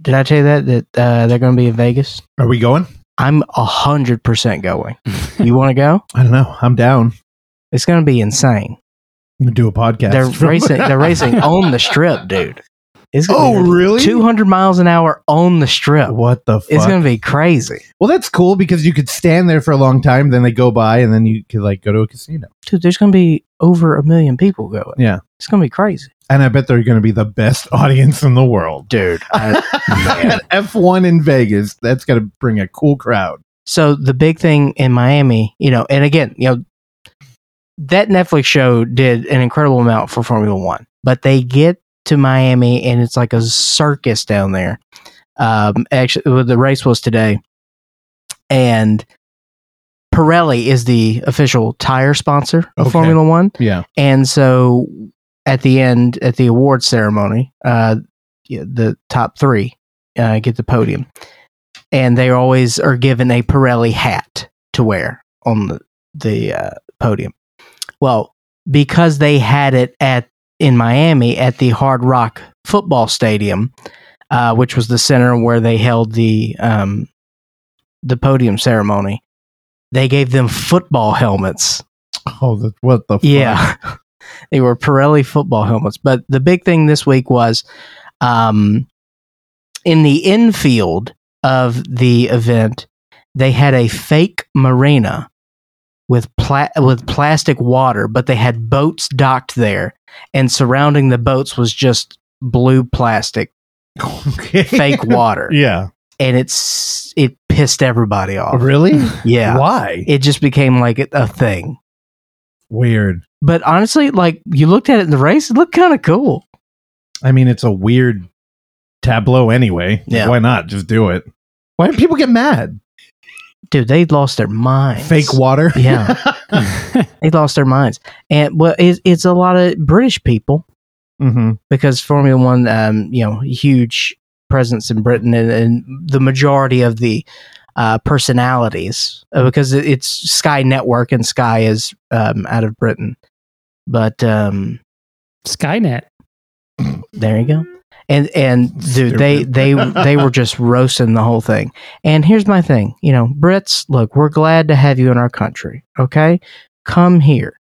Speaker 1: Did I tell you that that uh, they're going to be in Vegas?
Speaker 2: Are we going?
Speaker 1: I'm hundred percent
Speaker 2: <laughs>
Speaker 1: going. you want to go?
Speaker 2: I don't know. I'm down.
Speaker 1: It's going to be insane.
Speaker 2: We do a podcast.
Speaker 1: They're
Speaker 2: <laughs> from-
Speaker 1: racing. They're racing on the strip, dude. It's
Speaker 2: Oh, really?
Speaker 1: 200 miles an hour on the strip.
Speaker 2: What the fuck?
Speaker 1: It's going to be crazy.
Speaker 2: Well, that's cool because you could stand there for a long time, then they go by, and then you could like go to a casino.
Speaker 1: dude, there's going to be over a million people going.
Speaker 2: Yeah.
Speaker 1: It's going to be crazy.
Speaker 2: And I bet they're going to be the best <laughs> audience in the world.
Speaker 1: Dude.
Speaker 2: <laughs> At F1 in Vegas, that's going to bring a cool crowd.
Speaker 1: so the big thing in Miami, you know, and again, you know, that Netflix show did an incredible amount for Formula One, but they get to Miami and it's like a circus down there. Um, actually, well, the race was today, and Pirelli is the official tire sponsor of
Speaker 2: Okay.
Speaker 1: Formula One.
Speaker 2: Yeah.
Speaker 1: And so at the end, at the award ceremony, uh, yeah, the top three uh, get the podium. and they always are given a Pirelli hat to wear on the the uh, podium. Well, because they had it at in Miami at the Hard Rock Football Stadium, uh, which was the center where they held the um, the podium ceremony, they gave them football helmets.
Speaker 2: Oh, the, what the? Fuck?
Speaker 1: Yeah, they were Pirelli football helmets. But the big thing this week was um, in the infield of the event, they had a fake marina with pla- with plastic water, but they had boats docked there, and surrounding the boats was just blue
Speaker 2: <laughs>
Speaker 1: plastic,
Speaker 2: <laughs> Okay.
Speaker 1: fake water,
Speaker 2: Yeah.
Speaker 1: and it's it pissed everybody off.
Speaker 2: Oh, Really?
Speaker 1: Yeah,
Speaker 2: Why?
Speaker 1: it just became like a- a thing.
Speaker 2: Weird.
Speaker 1: But honestly, like you looked at it in the race, it looked kind of cool.
Speaker 2: I mean, it's a weird tableau anyway.
Speaker 1: Yeah.
Speaker 2: Why not just do it? Why do people get mad?
Speaker 1: Dude, they lost their minds.
Speaker 2: Fake water. <laughs>
Speaker 1: Yeah. They lost their minds. And well, it's, it's a lot of British people
Speaker 2: hmm
Speaker 1: because Formula One, um, you know, huge presence in Britain and, and the majority of the uh, personalities uh, because it- it's Sky Network and Sky is um, out of Britain. But um,
Speaker 4: <laughs> Skynet.
Speaker 1: there you go. And and dude, they
Speaker 2: Stupid.
Speaker 1: they they were just roasting the whole thing. And here's my thing, you know, Brits, look, we're glad to have you in our country. Okay, come here.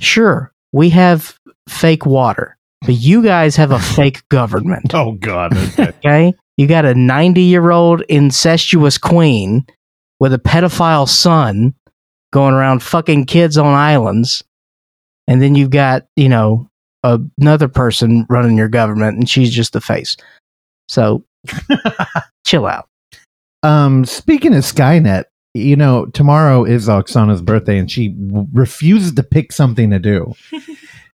Speaker 1: Sure, we have fake water, but you guys have a fake government.
Speaker 2: Oh God. Okay.
Speaker 1: Okay, you got a 90 year old incestuous queen with a pedophile son going around fucking kids on islands, and then you've got you know a- another person running your government, and she's just the face. So chill out.
Speaker 2: Um, speaking of Skynet, you know, tomorrow is Oksana's birthday, and she w- refused to pick something to do.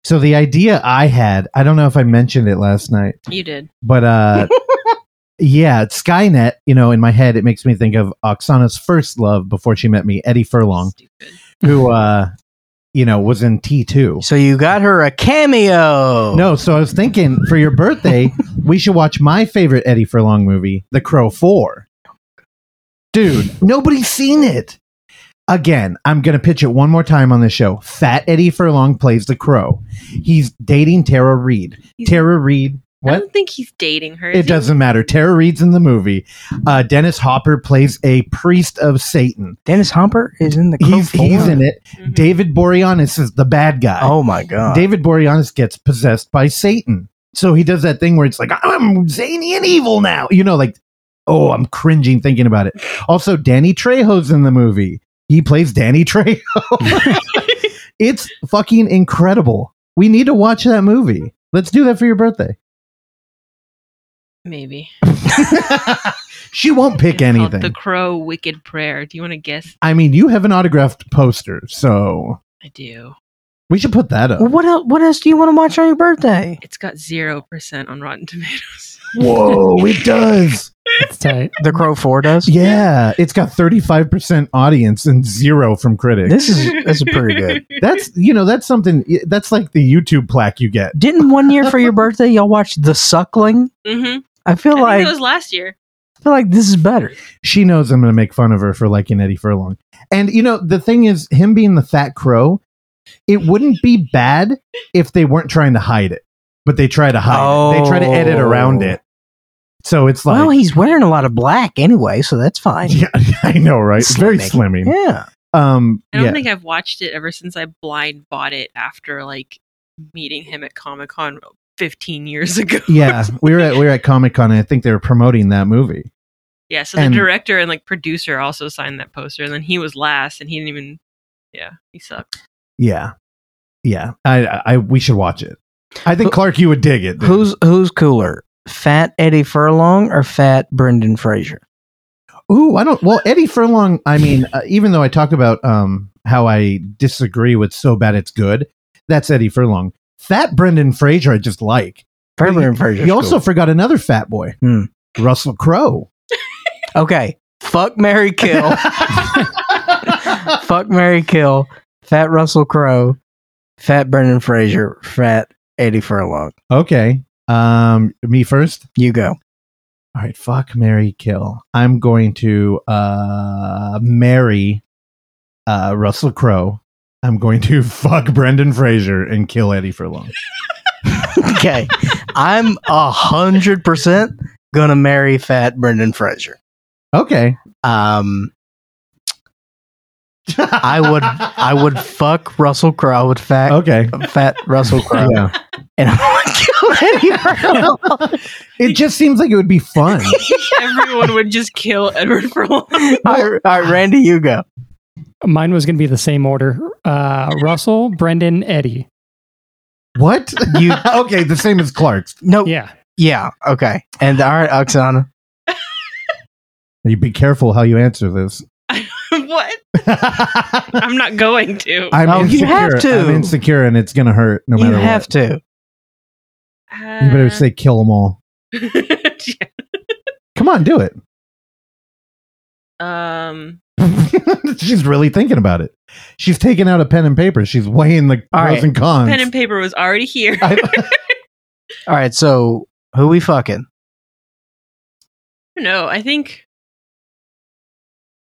Speaker 2: so the idea I had, I don't know if I mentioned it last night,
Speaker 3: You did.
Speaker 2: but uh, yeah, Skynet. You know, in my head, it makes me think of Oksana's first love before she met me, Eddie Furlong,
Speaker 3: Stupid.
Speaker 2: who, uh, you know, was in T two.
Speaker 1: So you got her a cameo.
Speaker 2: No, so I was thinking for your birthday, we should watch my favorite Eddie Furlong movie, The Crow 4. Dude, nobody's seen it. Again, I'm going to pitch it one more time on the show. Fat Eddie Furlong plays The Crow. He's dating Tara Reid.
Speaker 3: He's-
Speaker 2: Tara Reid.
Speaker 3: I
Speaker 2: What?
Speaker 3: don't think he's dating her. is
Speaker 2: It
Speaker 3: he?
Speaker 2: doesn't matter. Tara Reid's in the movie. Uh, Dennis Hopper plays a priest of Satan.
Speaker 1: Dennis Humper is in the.
Speaker 2: He's,
Speaker 1: Crow
Speaker 2: he's
Speaker 1: Four?
Speaker 2: in it.
Speaker 3: Mhm.
Speaker 2: David Boreanaz is the bad guy.
Speaker 1: Oh my god.
Speaker 2: David Boreanaz gets possessed by Satan. So he does that thing where it's like, I'm zany and evil now. You know, like, oh, I'm cringing thinking about it. Also, Danny Trejo's in the movie. He plays Danny <laughs> Trejo. it's fucking incredible. We need to watch that movie. Let's do that for your <laughs> birthday.
Speaker 3: Maybe.
Speaker 2: she won't pick
Speaker 3: It's called
Speaker 2: anything.
Speaker 3: The Crow Wicked Prayer. Do you want to guess?
Speaker 2: I mean, you have an autographed poster, so
Speaker 3: I do.
Speaker 2: we should put that
Speaker 1: Well,
Speaker 2: up.
Speaker 1: what else? What else do you want to watch on your birthday?
Speaker 3: It's got 0% on Rotten <laughs> Tomatoes.
Speaker 2: Whoa, it does.
Speaker 4: That's tight.
Speaker 1: The Crow Four does.
Speaker 2: <laughs> Yeah, it's got 35% audience and zero from critics.
Speaker 1: This is this is pretty good.
Speaker 3: <laughs>
Speaker 2: That's you know that's something that's like the YouTube plaque you get.
Speaker 1: Didn't one year for your birthday y'all watch The Suckling?
Speaker 3: hmm
Speaker 1: I feel
Speaker 3: I
Speaker 1: like
Speaker 3: think it was last year.
Speaker 1: I feel like this is better.
Speaker 2: She knows I'm going to make fun of her for liking Eddie Furlong. And you know the thing is him being the fat crow, it wouldn't be bad if they weren't trying to hide it. But they try to hide it. They try to edit around it. So it's like
Speaker 1: Oh. well, he's wearing a lot of black anyway, so that's fine.
Speaker 2: <laughs> yeah, I know, right? It's Very
Speaker 1: Slimming.
Speaker 2: slimming.
Speaker 1: Yeah.
Speaker 2: Um
Speaker 3: I don't
Speaker 2: yeah.
Speaker 3: think I've watched it ever since I blind bought it after like meeting him at Comic Con 15 years <laughs> ago.
Speaker 2: yeah, we were at we were at Comic Con and I think they were promoting that movie.
Speaker 3: yeah. So the
Speaker 2: And-
Speaker 3: director and like producer also signed that poster, and then he was last, and he didn't even. Yeah,
Speaker 1: <laughs>
Speaker 3: he sucked.
Speaker 2: Yeah, yeah. I I, I we should watch it. I
Speaker 1: Who-
Speaker 2: think Clark, you would dig it. dude.
Speaker 1: Who's who's cooler? Fat Eddie Furlong or fat Brendan Fraser?
Speaker 2: Ooh, I don't. Well, Eddie Furlong. I mean, uh, even though I talk about um, how I disagree with so bad it's good, that's Eddie Furlong. Fat Brendan Fraser, I just like.
Speaker 1: Fat
Speaker 2: But
Speaker 1: Brendan Fraser.
Speaker 2: You also forgot another fat boy,
Speaker 1: Hmm.
Speaker 2: Russell Crowe.
Speaker 1: Okay. Fuck Mary
Speaker 2: <laughs>
Speaker 1: Kill. <laughs> Fuck Mary Kill. Fat Russell Crowe. Fat Brendan Fraser. Fat Eddie Furlong.
Speaker 2: okay, um, me first.
Speaker 1: You go.
Speaker 2: All right, fuck Mary Kill. I'm going to uh marry uh Russell Crowe. I'm going to <laughs> fuck Brendan Fraser and kill Eddie Furlong.
Speaker 1: Okay. I'm a hundred percent gonna marry fat Brendan Fraser.
Speaker 2: Okay.
Speaker 1: Um I would I would fuck Russell Crowe. I would fat
Speaker 2: Okay.
Speaker 1: fat Russell Crowe
Speaker 2: Yeah.
Speaker 1: and I would kill Eddie Furlong.
Speaker 2: It just seems like it would
Speaker 1: <laughs>
Speaker 2: be fun.
Speaker 3: Everyone would just kill Edward <laughs> Furlong.
Speaker 1: all, right, all right, Randy, you go.
Speaker 4: Mine was going to be the same order: uh, Russell, Brendan, Eddie.
Speaker 2: What?
Speaker 1: You
Speaker 2: <laughs> okay, the same as Clark's.
Speaker 1: no
Speaker 4: Yeah,
Speaker 1: yeah, okay. And all right, Oksana.
Speaker 2: You be careful how you answer this.
Speaker 3: what?
Speaker 2: I'm
Speaker 3: I'm not going to.
Speaker 1: Oh, you
Speaker 2: insecure.
Speaker 1: have to.
Speaker 2: I'm insecure, and it's gonna hurt no
Speaker 1: you
Speaker 2: matter
Speaker 1: have
Speaker 2: what.
Speaker 1: to.
Speaker 2: You better say kill them all.
Speaker 3: Uh, <laughs>
Speaker 2: Come on, do it.
Speaker 3: um.
Speaker 2: <laughs> She's really thinking about it. She's taking out a pen and paper. She's weighing the
Speaker 1: All
Speaker 2: pros
Speaker 1: right.
Speaker 2: and cons.
Speaker 3: Pen and paper was already here. <laughs>
Speaker 2: <laughs> I-
Speaker 1: All right, so who we fucking?
Speaker 3: No, I think.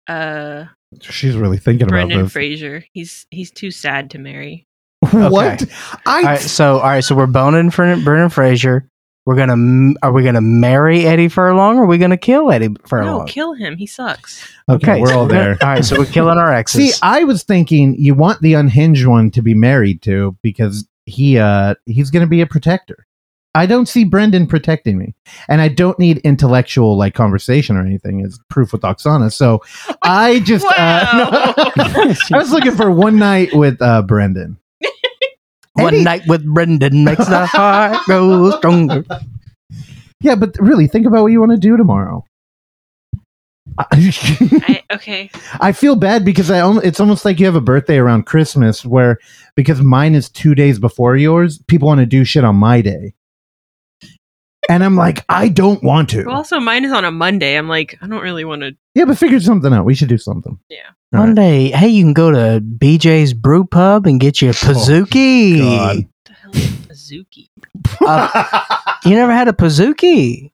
Speaker 3: Uh,
Speaker 2: she's really thinking
Speaker 3: Brendan
Speaker 2: about this.
Speaker 3: Fraser. He's he's too sad to marry.
Speaker 2: <laughs> What? I
Speaker 1: All right, so all right, so we're boning for Brendan Fraser. We're gonna m- are we gonna marry Eddie Furlong? or Are we gonna kill Eddie
Speaker 3: No,
Speaker 1: Furlong?
Speaker 3: kill him.
Speaker 2: <laughs>
Speaker 3: He sucks.
Speaker 2: okay, We're
Speaker 1: so
Speaker 2: all
Speaker 1: gonna-
Speaker 2: there.
Speaker 1: all right, so we're killing our
Speaker 2: See,
Speaker 1: exes.
Speaker 2: I was thinking you want the unhinged one to be married to because he uh he's gonna be a protector. I don't see Brendan protecting me. And I don't need intellectual like conversation or anything as proof with Oksana. So I just uh, <laughs>
Speaker 4: Wow.
Speaker 2: I was looking for one night with uh Brendan.
Speaker 1: One
Speaker 2: Eddie-
Speaker 1: night with Brendan makes the heart go stronger.
Speaker 2: Yeah, but really think about what you want to do tomorrow. <laughs> I,
Speaker 3: I, okay.
Speaker 2: I feel bad because I al- it's almost like you have a birthday around Christmas where because mine is 2 days before yours, people want to do shit on my day. And I'm like, I don't want to.
Speaker 3: Well, also mine is on a Monday. I'm like, I don't really want to.
Speaker 2: yeah, but figure something out. We should do something.
Speaker 3: Yeah.
Speaker 2: All <laughs> right.
Speaker 1: One day, hey, you can go to BJ's Brew Pub and get
Speaker 2: <laughs>
Speaker 1: you a Pazuki.
Speaker 2: Oh, God.
Speaker 3: The hell is Azuki?
Speaker 1: Uh, You never had a Pazuki,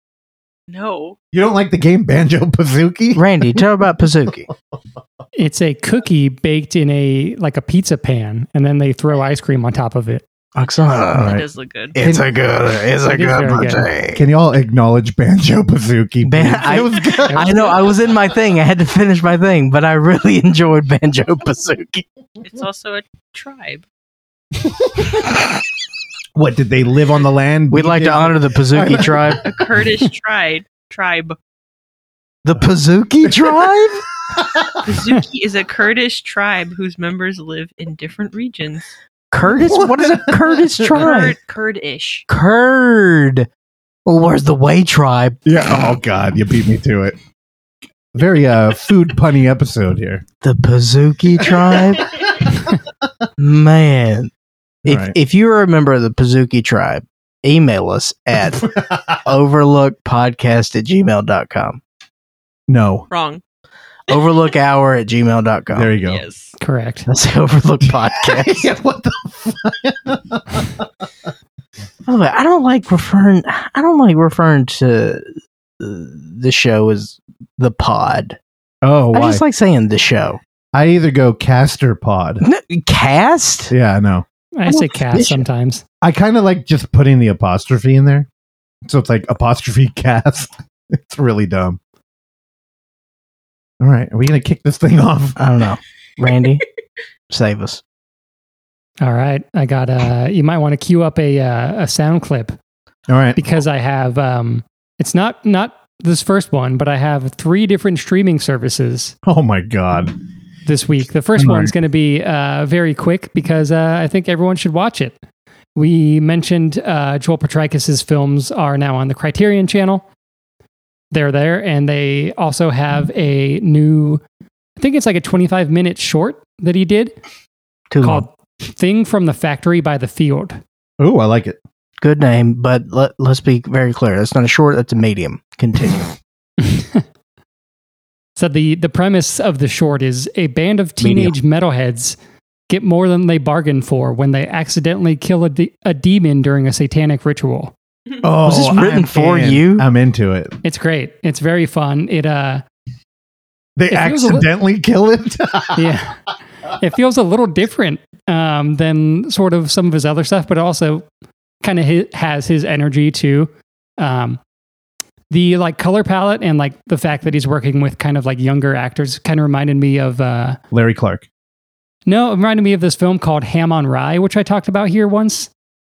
Speaker 3: No.
Speaker 2: you don't like the game Banjo Bazooki?
Speaker 1: Randy? Tell her about
Speaker 2: <laughs>
Speaker 1: Pazuki. <laughs>
Speaker 4: it's a cookie baked in a like a pizza pan, and then they throw ice cream on top of it.
Speaker 1: Oksana,
Speaker 2: All
Speaker 1: <laughs>
Speaker 3: That
Speaker 2: right.
Speaker 3: does look good.
Speaker 1: it's a good, it's a
Speaker 4: It is
Speaker 1: good
Speaker 4: very good.
Speaker 1: birthday.
Speaker 2: Can y'all acknowledge Banjo Bazooki?
Speaker 1: Ban-
Speaker 2: please?
Speaker 1: I-
Speaker 2: it was good.
Speaker 1: I know I was in my thing. I had to finish my thing, but I really <laughs> enjoyed Banjo Bazooki.
Speaker 3: It's also a tribe.
Speaker 2: what did they live on the land?
Speaker 1: We'd like to honor the Pazuki tribe.
Speaker 3: A Kurdish
Speaker 2: <laughs>
Speaker 3: tribe. Tribe.
Speaker 1: The Pazuki tribe?
Speaker 3: Azuki is a Kurdish tribe whose members live in different regions.
Speaker 1: Curtis? What is a
Speaker 2: <laughs>
Speaker 1: Curtis tribe?
Speaker 3: Kurd, Kurdish.
Speaker 1: Kurd. Well, where's the Way tribe?
Speaker 2: Yeah. Oh God, you beat me to it. Very uh food punny episode here.
Speaker 1: The
Speaker 2: <laughs>
Speaker 1: Pazuki tribe? Man. If,
Speaker 2: Right.
Speaker 1: if you are a member of the Pazuki tribe, email us
Speaker 2: <laughs>
Speaker 1: at overlookpodcast at gmail.com.
Speaker 2: No.
Speaker 3: Wrong.
Speaker 1: Overlookhour at gmail.com.
Speaker 2: There you go.
Speaker 3: Yes.
Speaker 1: <laughs>
Speaker 4: Correct.
Speaker 1: That's the
Speaker 2: <laughs>
Speaker 1: Overlook Podcast.
Speaker 2: Yeah, what the
Speaker 1: By the way, Oh, I don't like referring. I don't like referring to uh, the show as the pod.
Speaker 2: Oh
Speaker 1: I
Speaker 2: why? I,
Speaker 1: just like saying the show.
Speaker 2: either go caster pod.
Speaker 1: <laughs> No, cast.
Speaker 2: Yeah, I know.
Speaker 4: I say cat sometimes.
Speaker 2: I kinda like just putting the apostrophe in there. So it's like apostrophe <laughs> cast. It's really dumb. All right, are we gonna kick this thing off?
Speaker 1: I don't know.
Speaker 2: <laughs>
Speaker 1: Randy, save us.
Speaker 4: All right, I got uh You might want to queue up a uh, a sound clip
Speaker 2: All right.
Speaker 4: because I have um. It's not not this first one, but I have three different streaming services
Speaker 2: Oh my god.
Speaker 4: this week. The first
Speaker 2: Right.
Speaker 4: one's going to be uh, very quick because uh, I think everyone should watch it. We mentioned uh, Joel Petrakis's films are now on the Criterion Channel. They're there, and they also have a new. I think it's like a 25 minute short that he did
Speaker 1: Too long.
Speaker 4: called "Thing from the Factory by the Field."
Speaker 2: Ooh, I like it.
Speaker 1: Good name, but let, let's be very clear. That's not a short. That's a medium. Continue.
Speaker 2: <laughs>
Speaker 4: <laughs> So the the premise of the short is a band of
Speaker 1: Medium.
Speaker 4: teenage metalheads get more than they bargain for when they accidentally kill a, de- a demon during a satanic ritual.
Speaker 2: Oh,
Speaker 1: Was this written
Speaker 2: I'm
Speaker 1: for
Speaker 2: in.
Speaker 1: you?
Speaker 2: I'm into it.
Speaker 4: It's great. It's very fun. It uh
Speaker 2: They
Speaker 4: If it was a li-
Speaker 2: accidentally kill
Speaker 1: <laughs>
Speaker 2: it.
Speaker 4: yeah. It feels a little different um, than sort of some of his other stuff, but also kind of hi has his energy too. Um, the like color palette and like the fact that he's working with kind of like younger actors kind of reminded me of uh,
Speaker 2: Larry Clark.
Speaker 4: no, it reminded me of this film called Ham on Rye, which I talked about here once.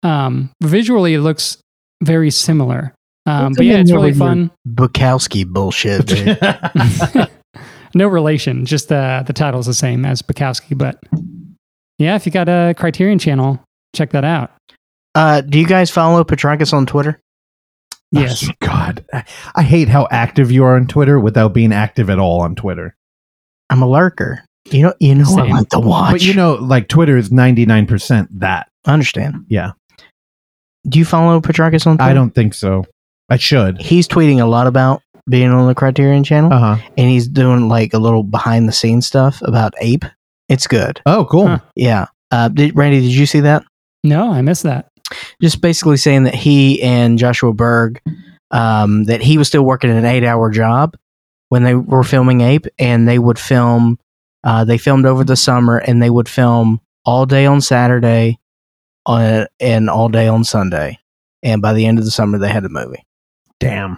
Speaker 4: Um, visually, it looks very similar, um,
Speaker 1: What's
Speaker 4: but
Speaker 1: the
Speaker 4: yeah,
Speaker 1: name
Speaker 4: it's
Speaker 1: of
Speaker 4: really
Speaker 1: your-
Speaker 4: fun.
Speaker 1: Bukowski bullshit.
Speaker 2: <laughs>
Speaker 1: dude.
Speaker 4: no relation. Just the the title's the same as Bukowski, but yeah, if you got a Criterion channel, check that out.
Speaker 1: uh, do you guys follow Petrakis on Twitter?
Speaker 4: Yes,
Speaker 2: Oh, God, I- I hate how active you are on Twitter without being active at all on Twitter.
Speaker 1: I'm a lurker. You know, you know,
Speaker 4: Same.
Speaker 1: I like to watch.
Speaker 2: But you know, like Twitter is 99% that.
Speaker 1: I understand.
Speaker 2: Yeah.
Speaker 1: Do you follow Petrakis on Twitter?
Speaker 2: I don't think so. I should.
Speaker 1: He's tweeting a lot about being on the Criterion Channel,
Speaker 2: Uh huh.
Speaker 1: and he's doing like a little behind the scenes stuff about Ape. It's good.
Speaker 2: Oh, cool.
Speaker 4: Huh.
Speaker 1: Yeah. Uh, did, Randy, did you see that?
Speaker 4: no, I missed that.
Speaker 1: just basically saying that he and Joshua Berg, um, that he was still working an eight hour job when they were filming Ape, and they would film, uh, they filmed over the summer, and they would film all day on Saturday uh, and all day on Sunday. And by the end of the summer, they had the movie.
Speaker 2: Damn.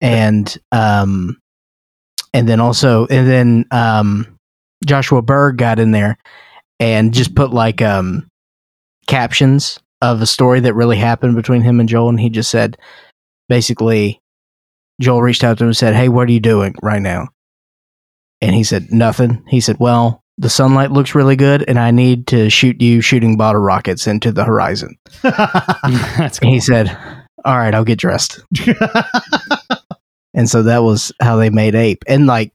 Speaker 1: And, um, and then also, and then, um, Joshua Berg got in there and just put like, um, captions of a story that really happened between him and Joel, and he just said, basically, Joel reached out to him and said, "Hey, what are you doing right now?" And he said, "Nothing." He said, "Well, the sunlight looks really good, and I need to shoot you shooting bottle rockets into the horizon."
Speaker 2: <laughs>
Speaker 4: That's
Speaker 1: And
Speaker 4: cool.
Speaker 1: he said, "All right, I'll get dressed." And so that was how they made Ape, and like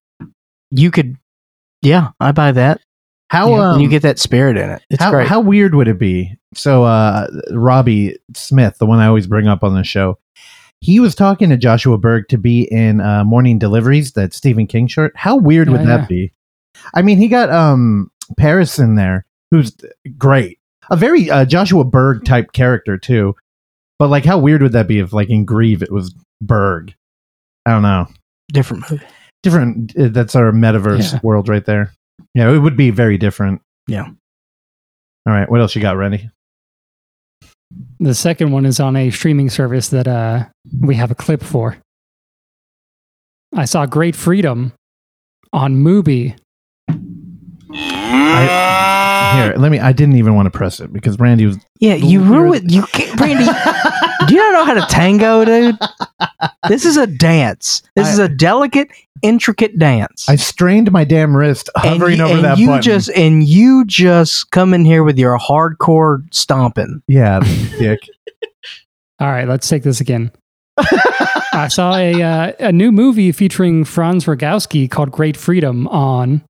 Speaker 1: you could, yeah, I buy that.
Speaker 2: how,
Speaker 1: Yeah,
Speaker 2: um,
Speaker 1: and you get that spirit in it. It's
Speaker 2: how,
Speaker 1: great.
Speaker 2: how weird would it be? So, uh, Robbie Smith, the one I always bring up on the show, he was talking to Joshua Berg to be in uh, Morning Deliveries, that Stephen King short. How weird would
Speaker 4: Yeah,
Speaker 2: that
Speaker 4: yeah.
Speaker 2: be? I mean, he got um, Paris in there, who's great, a very uh, Joshua Berg type character too. But like, how weird would that be if, like, in Grieve, it was Berg? I don't know.
Speaker 1: Different movie.
Speaker 2: Different. uh, That's our metaverse
Speaker 4: Yeah.
Speaker 2: world right there. Yeah, it would be very different.
Speaker 1: Yeah.
Speaker 2: All right. What else you got, Randy?
Speaker 4: the second one is on a streaming service that uh, we have a clip for. I saw Great Freedom on Mubi.
Speaker 2: I, here, let me. I didn't even want to press it because Randy was.
Speaker 1: Yeah, you
Speaker 2: You're-
Speaker 1: ruined you, can't, Randy. do you not know how to tango, dude? This is a dance. This
Speaker 2: I-
Speaker 1: is a delicate, intricate dance.
Speaker 2: I strained my damn wrist
Speaker 1: And
Speaker 2: hovering
Speaker 1: you-
Speaker 2: over
Speaker 1: and
Speaker 2: that
Speaker 1: you
Speaker 2: button.
Speaker 1: just and you just come in here with your hardcore stomping.
Speaker 2: yeah, dick.
Speaker 4: All right, let's take
Speaker 2: <laughs>
Speaker 4: this again. I saw a uh, a new movie featuring Franz Rogowski called Great Freedom on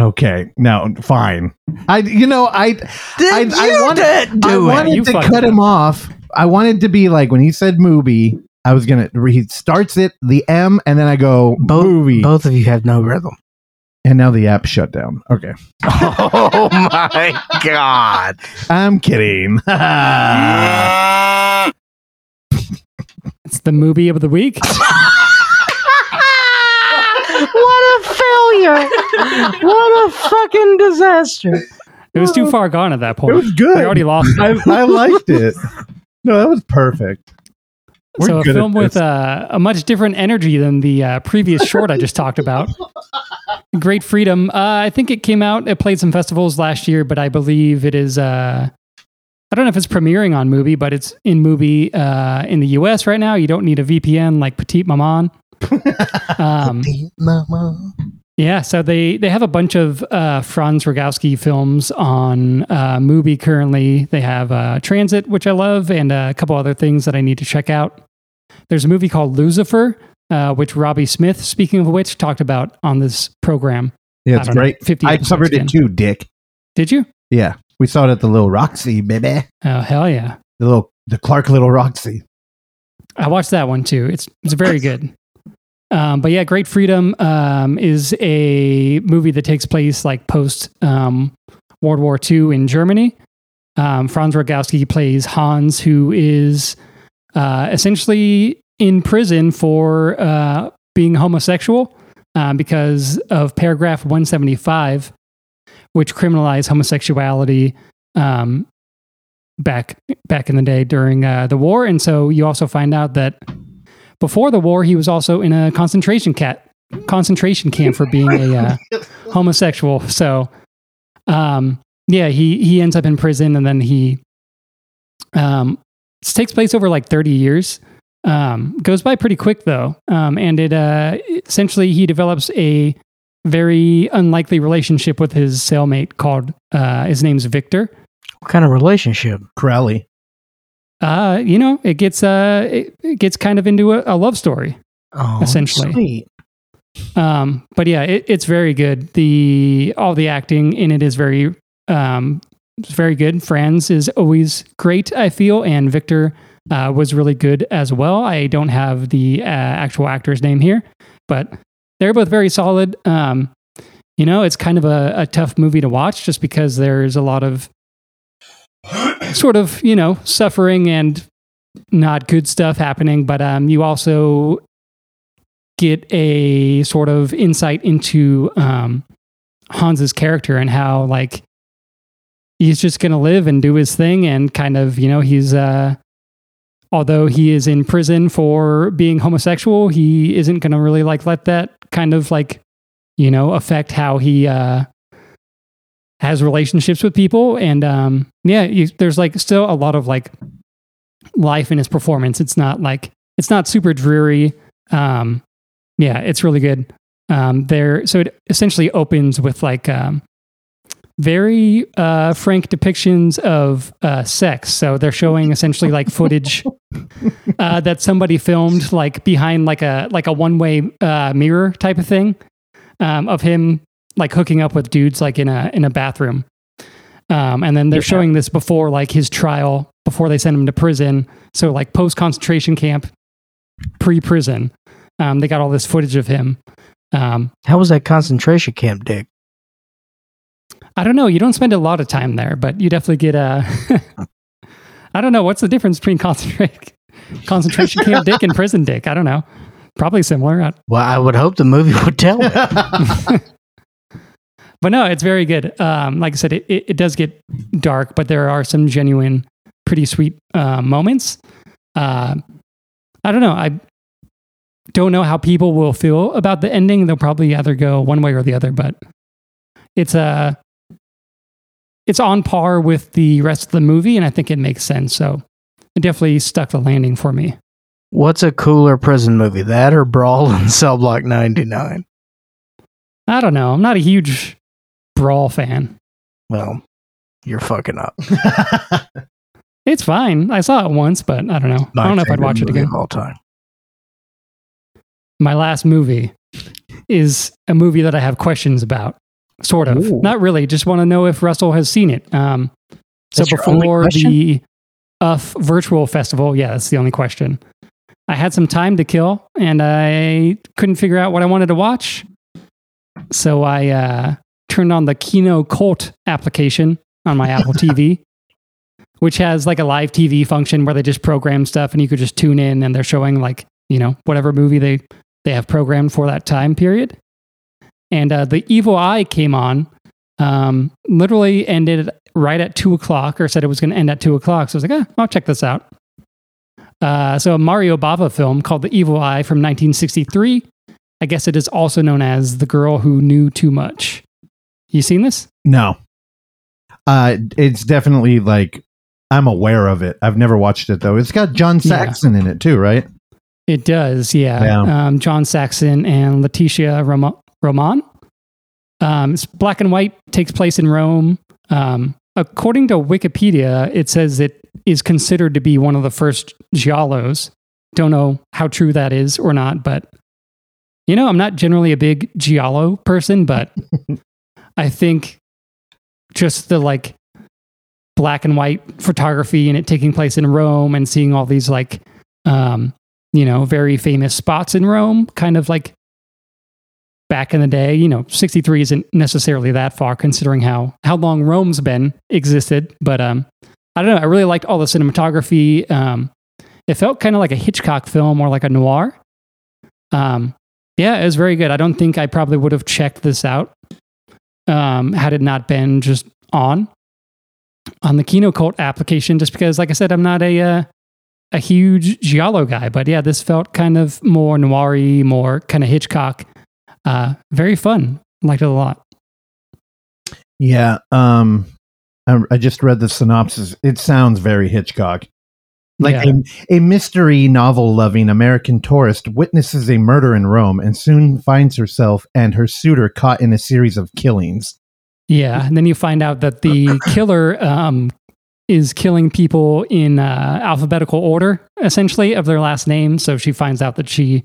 Speaker 2: Okay, no, fine. I, you know, I,
Speaker 1: Did
Speaker 2: I
Speaker 1: you
Speaker 2: wanted-
Speaker 1: did
Speaker 2: I
Speaker 1: do it?
Speaker 2: wanted
Speaker 4: You
Speaker 2: to
Speaker 4: fucked
Speaker 2: cut him off. I wanted to be like when he said movie. I was gonna. He starts it the M, and then I go
Speaker 1: Both-
Speaker 2: movie,
Speaker 1: Both of you have no rhythm.
Speaker 2: and now the app shut down. Okay, <laughs>
Speaker 1: Oh my god!
Speaker 2: I'm kidding. <laughs>
Speaker 4: it's the movie of the week.
Speaker 1: what a failure! <laughs> What a fucking disaster!
Speaker 4: It
Speaker 2: <laughs>
Speaker 4: was too far gone at that
Speaker 2: it
Speaker 4: point.
Speaker 2: was good.
Speaker 4: I already lost.
Speaker 2: I, I liked it. No, that was perfect. We're
Speaker 4: so a
Speaker 2: good at
Speaker 4: film with
Speaker 2: this.
Speaker 4: uh, a much different energy than the uh, previous short I just
Speaker 2: <laughs>
Speaker 4: talked about. Great Freedom. Uh, I think it came out. It played some festivals last year, but I believe it is. Uh, I don't know if it's premiering on movie, but it's in movie uh, in the U.S. right now. You don't need a VPN like
Speaker 2: <laughs>
Speaker 4: Petite Maman. um, yeah, so they they have a bunch of uh, Franz Rogowski films on uh, movie currently. They have uh, Transit, which I love, and uh, a couple other things that I need to check out. There's a movie called Lucifer, uh, which Robbie Smith, speaking of which, talked about on this program.
Speaker 2: yeah,
Speaker 4: I
Speaker 2: it's
Speaker 4: don't know,
Speaker 2: great.
Speaker 4: 50
Speaker 2: I
Speaker 4: episodes
Speaker 2: covered
Speaker 4: in.
Speaker 2: it too, Dick.
Speaker 4: Did you?
Speaker 2: Yeah, we saw it at the Little Roxy, baby.
Speaker 4: Oh hell yeah!
Speaker 2: The little, the Clark Little Roxy.
Speaker 4: I watched that one too. It's it's very good. Um, but yeah, Great Freedom um, is a movie that takes place like post um, World War II in Germany, Um, Franz Rogowski plays Hans, who is uh, essentially in prison for uh, being homosexual um, because of paragraph 175, which criminalized homosexuality um, back back in the day during uh, the war. And so you also find out that before the war, he was also in a concentration cat concentration camp for being a uh, homosexual. So, um, yeah, he he ends up in prison, and then he um, this takes place over like thirty years. Um, goes by pretty quick though, um, and it uh, essentially he develops a very unlikely relationship with his cellmate called uh, his name's Victor.
Speaker 1: What kind of relationship?
Speaker 2: Crowley.
Speaker 4: Uh, you know, it gets uh, it, it gets kind of into a, a love story.
Speaker 1: Oh,
Speaker 4: Essentially.
Speaker 1: sweet.
Speaker 4: Um, but yeah, it, it's very good. The all the acting in it is very um, it's very good. Franz is always great, I feel, and Victor uh, was really good as well. I don't have the uh, actual actor's name here, but they're both very solid. Um, you know, it's kind of a, a tough movie to watch just because there's a lot of sort of you know suffering and not good stuff happening. But um, you also get a sort of insight into um, Hans's character and how like he's just gonna live and do his thing and kind of you know he's uh, although he is in prison for being homosexual, he isn't gonna really like let that kind of like you know affect how he uh, has relationships with people and um, yeah you, there's like still a lot of like life in his performance. It's not like it's not super dreary. Um, yeah, it's really good. Um, there, so it essentially opens with like um, very uh, frank depictions of uh, sex. So they're showing essentially like footage uh, that somebody filmed like behind like a like a one way uh, mirror type of thing um, of him like hooking up with dudes like in a in a bathroom. Um, and then they're showing this before like his trial before they send him to prison. So like post concentration camp, pre prison. Um, they got all this footage of him. Um,
Speaker 1: How was that concentration camp, Dick?
Speaker 4: I don't know. You don't spend a lot of time there, but you definitely get a. <laughs> I don't know. What's the difference between <laughs> concentrate, concentration camp dick and prison dick? I don't know. Probably similar. I-
Speaker 1: Well, I would hope the movie would tell. it.
Speaker 4: But no, it's very good. Um, like I said, it, it, it does get dark, but there are some genuine, pretty sweet uh, moments. Uh, I don't know. I don't know how people will feel about the ending. They'll probably either go one way or the other, but it's uh, it's on par with the rest of the movie, and I think it makes sense. So it definitely stuck the landing for me.
Speaker 1: What's a cooler prison movie, that or Brawl in <laughs> Cell Block 99?
Speaker 4: I don't know. I'm not a huge brawl fan.
Speaker 1: Well, you're fucking up.
Speaker 4: It's fine. I saw it once, but I don't know. I don't know if I'd watch it again.
Speaker 1: all time.
Speaker 4: my last movie is a movie that I have questions about. Sort of.
Speaker 1: Ooh.
Speaker 4: Not really. Just want to know if Russell has seen it. Um, so
Speaker 1: That's your only
Speaker 4: before the
Speaker 1: question?
Speaker 4: UF Virtual Festival, yeah, that's the only question. I had some time to kill and I couldn't figure out what I wanted to watch. So I uh, turned on the Kino Cult application on my
Speaker 1: <laughs>
Speaker 4: Apple TV, which has like a live TV function where they just program stuff and you could just tune in and they're showing like, you know, whatever movie they they have programmed for that time period. And uh, the evil eye came on, um, literally ended right at two o'clock, or said it was going to end at two o'clock. So I was like, eh, I'll check this out. Uh, so a Mario Bava film called The Evil Eye from 1963. I guess it is also known as The Girl Who Knew Too Much. You seen this?
Speaker 2: No. Uh, it's definitely like I'm aware of it. I've never watched it though. It's got John
Speaker 4: Yeah.
Speaker 2: Saxon in it too, right?
Speaker 4: It does, yeah.
Speaker 2: Yeah.
Speaker 4: Um, John Saxon and Letitia Rom- Roman. Um, it's black and white, takes place in Rome. Um, according to Wikipedia, it says it is considered to be one of the first giallos. Don't know how true that is or not, but you know, I'm not generally a big giallo person, but I think just the like black and white photography and it taking place in Rome and seeing all these like um, you know, very famous spots in Rome, kind of like back in the day, you know, 63 isn't necessarily that far considering how how long Rome's been existed, but um I don't know, I really liked all the cinematography. Um it felt kind of like a Hitchcock film or like a noir. Um yeah, it was very good. I don't think I probably would have checked this out um had it not been just on on the Kino Cult application just because like I said I'm not a uh, a huge giallo guy, but yeah, this felt kind of more noiry, more kind of Hitchcock. Uh, very fun. Liked it a lot.
Speaker 2: Yeah. Um, I, I just read the synopsis. It sounds very Hitchcock. Like
Speaker 4: Yeah.
Speaker 2: a, a mystery novel loving American tourist witnesses a murder in Rome and soon finds herself and her suitor caught in a series of killings.
Speaker 4: Yeah, and then you find out
Speaker 2: <coughs>
Speaker 4: that the killer um, is killing people in uh, alphabetical order, essentially of their last name. So she finds out that she,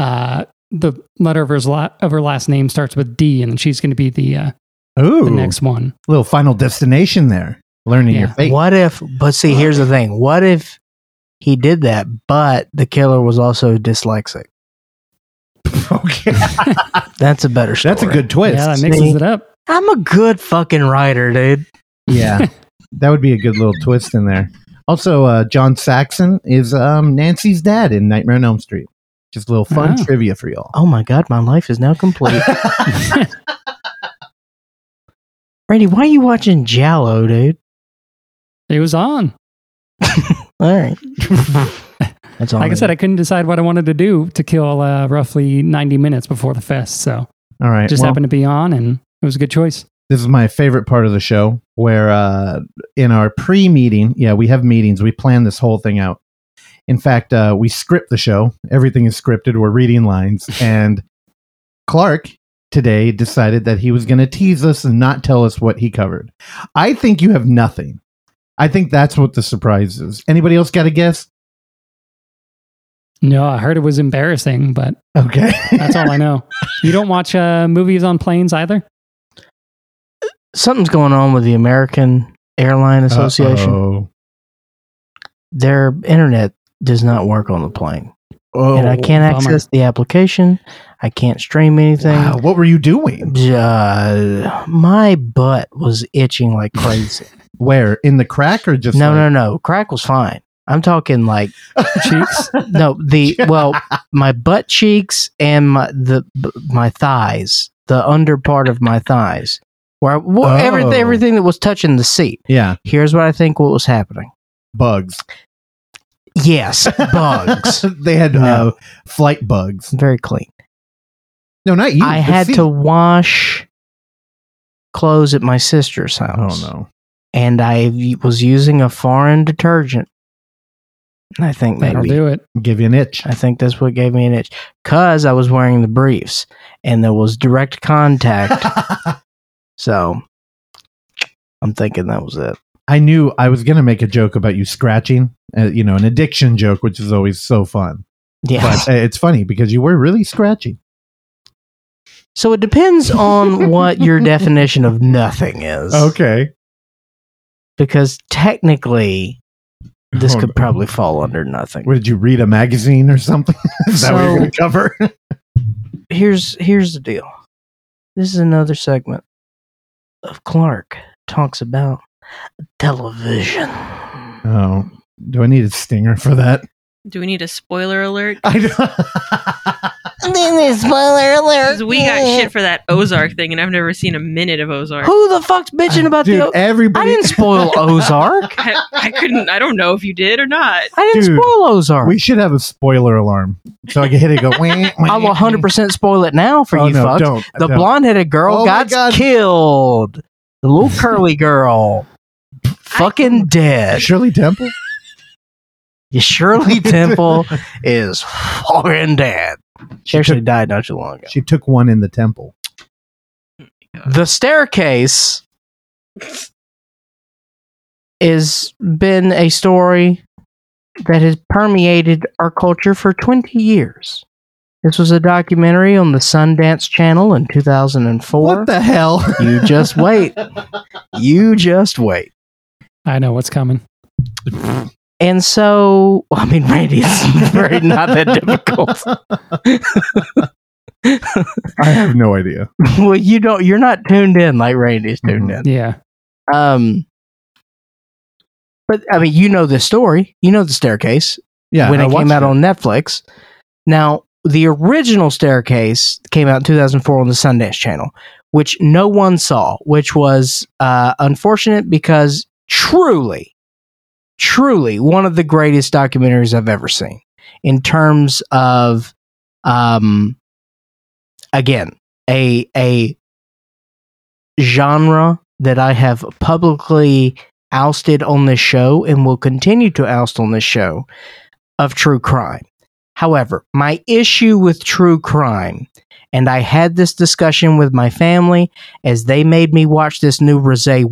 Speaker 4: uh, the letter of her, la- of her last name starts with D, and she's going to be the uh,
Speaker 2: Ooh,
Speaker 4: the next one.
Speaker 2: little final destination there. Learning your
Speaker 4: Yeah.
Speaker 2: fate. <laughs>
Speaker 1: What if? But see, here's the thing. What if he did that, but the killer was also dyslexic?
Speaker 2: Okay.
Speaker 1: That's a better story.
Speaker 2: That's a good twist.
Speaker 4: Yeah, that
Speaker 1: me.
Speaker 4: mixes it up. <laughs>
Speaker 1: I'm a good fucking writer, dude.
Speaker 2: Yeah, that would be a good little twist in there. Also, uh, John Saxon is um, Nancy's dad in Nightmare on Elm Street. Just a little fun
Speaker 4: Oh.
Speaker 2: trivia for y'all.
Speaker 1: Oh my god, my life is now
Speaker 4: <laughs>
Speaker 1: complete. Randy, why are you watching Jallo, dude?
Speaker 4: It was on.
Speaker 1: All
Speaker 4: <laughs>
Speaker 1: right. That's all.
Speaker 4: Like I said, I couldn't decide what I wanted to do to kill uh, roughly 90 minutes before the fest. So
Speaker 2: All right,
Speaker 4: just
Speaker 2: well,
Speaker 4: happened to be on, and it was a good choice.
Speaker 2: this is my favorite part of the show, where uh, in our pre-meeting, yeah, we have meetings. We plan this whole thing out. In fact, uh, we script the show. Everything is scripted. We're reading lines, and Clark today decided that he was going to tease us and not tell us what he covered. I think you have nothing. I think that's what the surprise is. Anybody else got a guess?
Speaker 4: No, I heard it was embarrassing, but
Speaker 2: Okay.
Speaker 4: that's all I know. You don't watch uh, movies on planes either?
Speaker 1: <laughs> something's going on with the American Airline Association.
Speaker 2: Uh-oh.
Speaker 1: Their internet does not work on the plane,
Speaker 2: Oh,
Speaker 1: and I can't
Speaker 4: bummer.
Speaker 1: access the application. I can't stream anything.
Speaker 2: wow, what were you doing?
Speaker 1: Uh, my butt was itching like
Speaker 2: <laughs>
Speaker 1: crazy.
Speaker 2: Where in the crack or just
Speaker 1: no, no,
Speaker 2: like-
Speaker 1: no. Crack was fine. I'm talking like
Speaker 2: <laughs>
Speaker 4: Cheeks?
Speaker 1: no the well my butt cheeks and my the b- my thighs the under part of my thighs where I, wh-
Speaker 2: Oh.
Speaker 1: everything everything that was touching the seat.
Speaker 2: Yeah,
Speaker 1: Here's what I think what was happening.
Speaker 2: bugs.
Speaker 1: Yes, bugs.
Speaker 2: <laughs> they had uh,
Speaker 1: No.
Speaker 2: flight bugs.
Speaker 1: Very clean.
Speaker 2: No, not you.
Speaker 1: I
Speaker 2: the
Speaker 1: had
Speaker 2: seat.
Speaker 1: to wash clothes at my sister's
Speaker 2: Oh
Speaker 1: house.
Speaker 2: no.
Speaker 1: and I v- was using a foreign detergent. And I think
Speaker 4: That'll
Speaker 1: maybe
Speaker 4: do it.
Speaker 2: Give you
Speaker 1: <laughs>
Speaker 2: an itch.
Speaker 1: I think that's what gave me an itch because I was wearing the briefs and there was direct
Speaker 2: <laughs>
Speaker 1: contact. so I'm thinking that was it.
Speaker 2: I knew I was gonna make a joke about you scratching. Uh, you know, an addiction joke, which is always so fun.
Speaker 1: Yeah.
Speaker 2: But uh, it's funny because you were really scratchy.
Speaker 1: so it depends
Speaker 2: <laughs>
Speaker 1: on what your definition of nothing is.
Speaker 2: Okay.
Speaker 1: Because technically, this
Speaker 2: Oh,
Speaker 1: could
Speaker 2: no.
Speaker 1: probably fall under nothing.
Speaker 2: What did you read a magazine or something? <laughs> is that what you're
Speaker 1: So-
Speaker 2: gonna cover? <laughs>
Speaker 1: here's here's the deal. This is another segment of Clark talks about television.
Speaker 2: Oh, do I need a stinger for that?
Speaker 3: Do we need a spoiler alert?
Speaker 2: I <laughs> don't-
Speaker 1: spoiler alert.
Speaker 3: Because we got shit for that Ozark thing, and I've never seen a minute of Ozark.
Speaker 1: Who the fuck's bitching about
Speaker 2: Uh, Dude,
Speaker 1: the O- I
Speaker 2: everybody.
Speaker 1: didn't
Speaker 2: <laughs>
Speaker 1: spoil Ozark.
Speaker 3: I, I couldn't. I don't know if you did or not.
Speaker 1: I didn't
Speaker 2: Dude,
Speaker 1: spoil Ozark.
Speaker 2: We should have a spoiler alarm so I can hit
Speaker 1: <laughs>
Speaker 2: it. Go. <laughs>
Speaker 1: I'll 100% spoil it now for
Speaker 2: oh,
Speaker 1: you
Speaker 2: no,
Speaker 1: fucks.
Speaker 2: Don't,
Speaker 1: The
Speaker 2: don't.
Speaker 1: blonde-headed girl
Speaker 2: Oh my
Speaker 1: got
Speaker 2: God.
Speaker 1: killed. The
Speaker 2: <laughs>
Speaker 1: little curly girl. Fucking dead.
Speaker 2: Shirley Temple. <laughs>
Speaker 1: Shirley Temple is fucking dead. She actually died not too long ago.
Speaker 2: She took one in the temple.
Speaker 1: the staircase is been a story that has permeated our culture for 20 years. This was a documentary on the Sundance Channel in 2004.
Speaker 2: What the hell?
Speaker 1: <laughs> you just wait. You just wait.
Speaker 4: I know what's coming.
Speaker 1: And so, I mean, Randy, it's very not that difficult.
Speaker 2: I have no idea.
Speaker 1: well, you don't. You're not tuned in like Randy's tuned in.
Speaker 4: Yeah.
Speaker 2: Mm-hmm.
Speaker 1: Um, but I mean, you know the story. You know the staircase
Speaker 2: Yeah,
Speaker 1: when
Speaker 2: I
Speaker 1: it came
Speaker 2: watched
Speaker 1: out on Netflix. Now, the original staircase came out in 2004 on the Sundance Channel, which no one saw, which was uh, unfortunate because truly, truly one of the greatest documentaries I've ever seen in terms of, um, again, a a genre that I have publicly ousted on this show and will continue to oust on this show of true crime. However, my issue with true crime, and I had this discussion with my family as they made me watch this new Renee,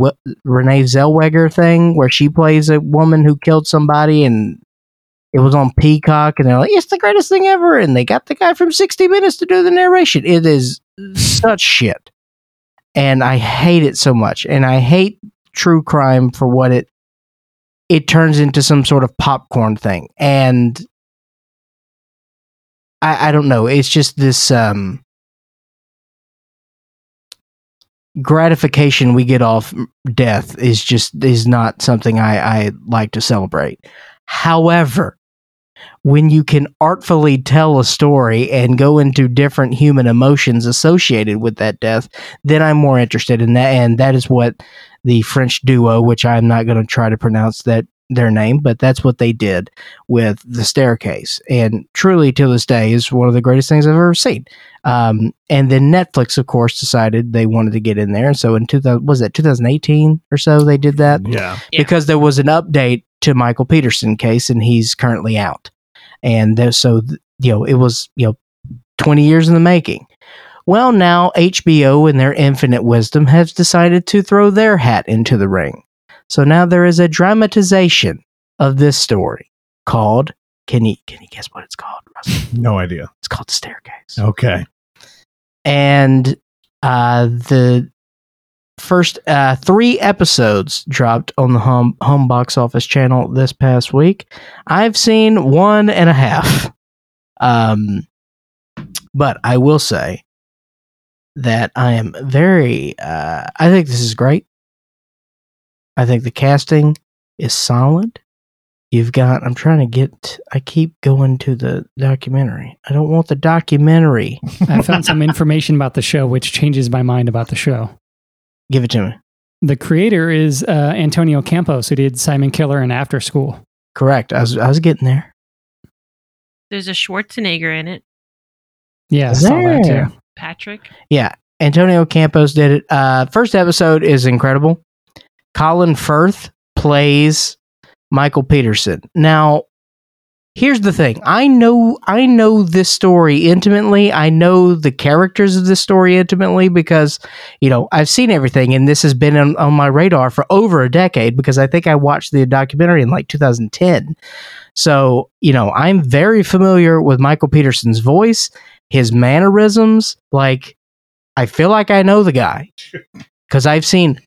Speaker 1: Renee Zellweger thing where she plays a woman who killed somebody and it was on Peacock, and they're like, it's the greatest thing ever. And they got the guy from 60 Minutes to do the narration. It is such shit. And I hate it so much. And I hate true crime for what it it turns into some sort of popcorn thing and i i don't know it's just this um gratification we get off death is just is not something i i like to celebrate however when you can artfully tell a story and go into different human emotions associated with that death then i'm more interested in that and that is what the French duo, which I'm not going to try to pronounce that their name, but that's what they did with the staircase. And truly, to this day, is one of the greatest things I've ever seen. Um, and then Netflix, of course, decided they wanted to get in there, and so in 2000 was that 2018 or so they did that
Speaker 2: Yeah,
Speaker 3: Yeah.
Speaker 1: because there was an update to Michael Peterson case, and he's currently out. And there, so th- you know, it was you know, twenty years in the making. Well, now HBO, in their infinite wisdom, has decided to throw their hat into the ring. So now there is a dramatization of this story called. Can you can you guess what it's called? Russell?
Speaker 2: no idea.
Speaker 1: It's called the staircase
Speaker 2: Okay,
Speaker 1: and uh, the first uh, three episodes dropped on the home, home box office channel this past week. I've seen one and a half, um, but I will say that I am very. Uh, I think this is great. I think the casting is solid. You've got. I'm trying to get. I keep going to the documentary. I don't want the documentary.
Speaker 4: I found some information about the show, which changes my mind about the show.
Speaker 1: Give it to me.
Speaker 4: The creator is uh, Antonio Campos, who did Simon Killer and After School.
Speaker 1: Correct. I was I was getting there.
Speaker 3: There's a Schwarzenegger in it.
Speaker 4: Yeah, I saw that
Speaker 1: There.
Speaker 4: too.
Speaker 3: Patrick.
Speaker 1: Yeah. Antonio Campos did it. Uh, first episode is incredible. Colin Firth plays Michael Peterson. Now, here's the thing. I know I know this story intimately. I know the characters of this story intimately because, you know, I've seen everything and this has been on, on my radar for over a decade because I think I watched the documentary in like 2010. So, you know, I'm very familiar with Michael Peterson's voice, his mannerisms, like I feel like I know the guy because I've seen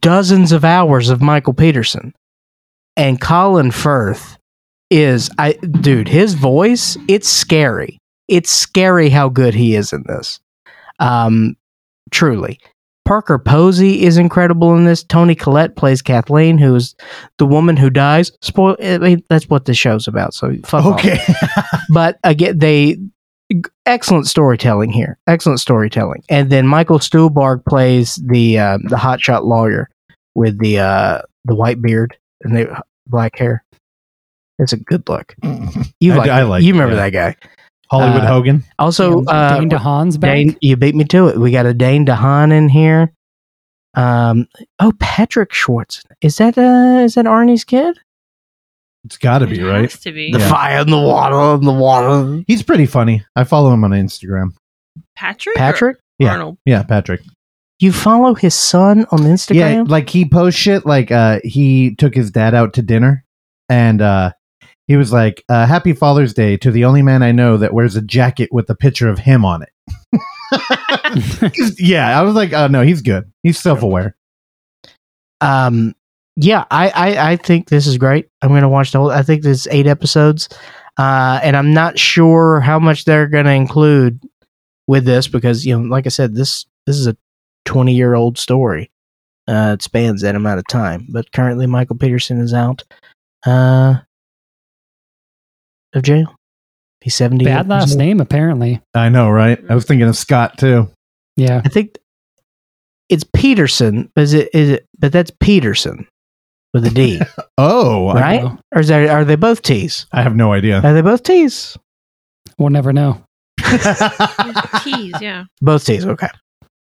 Speaker 1: dozens of hours of Michael Peterson and Colin Firth is I dude his voice it's scary it's scary how good he is in this um truly Parker Posey is incredible in this Tony Collette plays Kathleen who is the woman who dies spoil I mean, that's what this show's about so fuck off
Speaker 2: okay. <laughs>
Speaker 1: but again, they excellent storytelling here. Excellent storytelling. And then Michael Stuhlbarg plays the uh, the hotshot lawyer with the uh, the white beard and the black hair. It's a good look. You
Speaker 2: I-
Speaker 1: like?
Speaker 2: I
Speaker 1: it.
Speaker 2: like
Speaker 1: You
Speaker 2: it,
Speaker 1: remember
Speaker 2: yeah.
Speaker 1: that guy?
Speaker 2: Hollywood
Speaker 1: Uh,
Speaker 2: Hogan.
Speaker 1: Also,
Speaker 4: And
Speaker 1: uh,
Speaker 4: Dane DeHaan's back.
Speaker 1: Dane, you beat me to it. We got a Dane DeHaan in here. Um. Oh, Patrick Schwartz. Is that uh? Is that Arnie's kid?
Speaker 2: It's got to be
Speaker 3: It
Speaker 2: right.
Speaker 3: Has to be.
Speaker 1: The
Speaker 2: Yeah.
Speaker 1: fire in the water. In the water.
Speaker 2: He's pretty funny. I follow him on Instagram.
Speaker 3: Patrick. or
Speaker 1: Patrick,
Speaker 2: Yeah.
Speaker 3: Arnold.
Speaker 2: Yeah, Patrick.
Speaker 1: you follow his son on Instagram?
Speaker 2: Yeah, like he posts shit like uh he took his dad out to dinner and uh he was like, uh, "Happy Father's Day to the only man I know that wears a jacket with a picture of him on
Speaker 1: <laughs>
Speaker 2: it." <laughs> He's- yeah, I was like, "Oh no, he's good. He's self-aware."
Speaker 1: um yeah I, I i think this is great i'm gonna watch the whole i think there's eight episodes uh and i'm not sure how much they're gonna include with this because you know, like I said, this this is a twenty year old story. Uh, it spans that amount of time, but currently Michael Peterson is out uh, of jail. He's seventy.
Speaker 4: <laughs> Bad last name, apparently.
Speaker 2: I know, right? I was thinking of Scott too.
Speaker 4: Yeah.
Speaker 1: I think it's Peterson. But is it? Is it? But that's Peterson with a D,
Speaker 2: Oh, I-
Speaker 1: right?
Speaker 4: know.
Speaker 1: Or is that, are they both T's?
Speaker 2: I, have no idea.
Speaker 1: <laughs> Are they both T's?
Speaker 4: We'll never know.
Speaker 3: Tease, yeah.
Speaker 1: Both T's. Okay.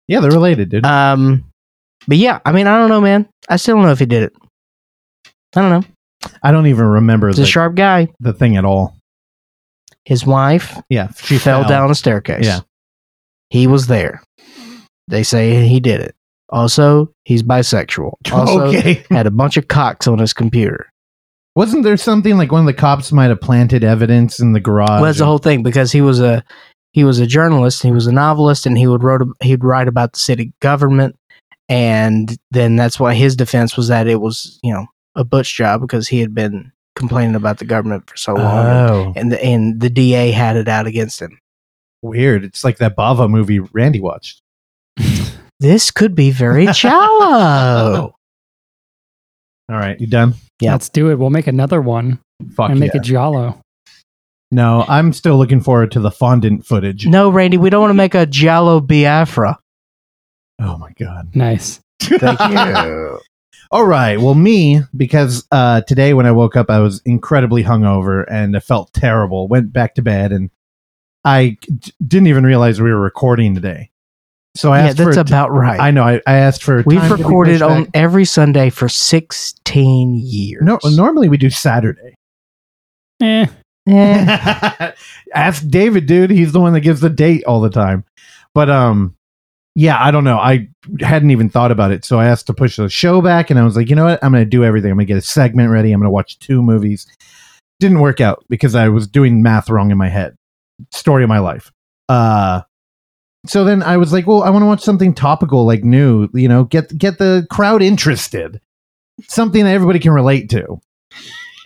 Speaker 2: yeah, they're related, dude.
Speaker 1: Um, but yeah, I mean, I don't know, man. I still don't know if he did it. I don't know.
Speaker 2: I don't even remember
Speaker 1: He's a
Speaker 2: the,
Speaker 1: sharp guy.
Speaker 2: the thing at all.
Speaker 1: His wife
Speaker 2: Yeah, she
Speaker 1: fell, down a staircase.
Speaker 2: Yeah.
Speaker 1: He was there. They say he did it. Also, he's bisexual. Also,
Speaker 2: <laughs> okay.
Speaker 1: had a bunch of cocks on his computer.
Speaker 2: Wasn't there something like one of the cops might have planted evidence in the garage?
Speaker 1: well, that's the whole thing because he was a he was a journalist, he was a novelist, and he would wrote he'd write about the city government, and then that's why his defense was that it was you know a butch job because he had been complaining about the government for so long, and-
Speaker 2: Oh,
Speaker 1: and the, and the DA had it out against him.
Speaker 2: weird. It's like that Bava movie Randy watched.
Speaker 1: This could be
Speaker 2: <laughs>
Speaker 1: very
Speaker 2: Oh.
Speaker 1: shallow.
Speaker 2: All right, you done? <laughs>
Speaker 1: Yeah.
Speaker 4: Let's do it. We'll make another one
Speaker 2: Fuck
Speaker 4: and
Speaker 2: yeah.
Speaker 4: make it Jalo.
Speaker 2: no, I'm still looking forward to the fondant footage.
Speaker 1: no, Randy, we don't want to make a Jallo Biafra.
Speaker 2: Oh my god.
Speaker 4: Nice.
Speaker 1: Thank you.
Speaker 2: <laughs> All right. Well, me because uh, today when I woke up, I was incredibly hungover and I felt terrible. Went back to bed and I d- didn't even realize we were recording today. So I
Speaker 1: yeah,
Speaker 2: asked for
Speaker 1: that's
Speaker 2: a t-
Speaker 1: about right.
Speaker 2: I know. I, I asked for.
Speaker 1: We've
Speaker 2: time to be
Speaker 1: recorded
Speaker 2: pushed
Speaker 1: on
Speaker 2: back.
Speaker 1: every Sunday for 16 years.
Speaker 2: No, normally we do Saturday.
Speaker 4: Eh.
Speaker 1: Eh.
Speaker 2: <laughs> Ask David, dude. He's the one that gives the date all the time. But um, yeah, I don't know. I hadn't even thought about it, so I asked to push the show back, and I was like, you know what? I'm going to do everything. I'm going to get a segment ready. I'm going to watch two movies. Didn't work out because I was doing math wrong in my head. Story of my life. Uh, so then I was like, well, I want to watch something topical, like new. You know, get get the crowd interested. Something that everybody can relate to.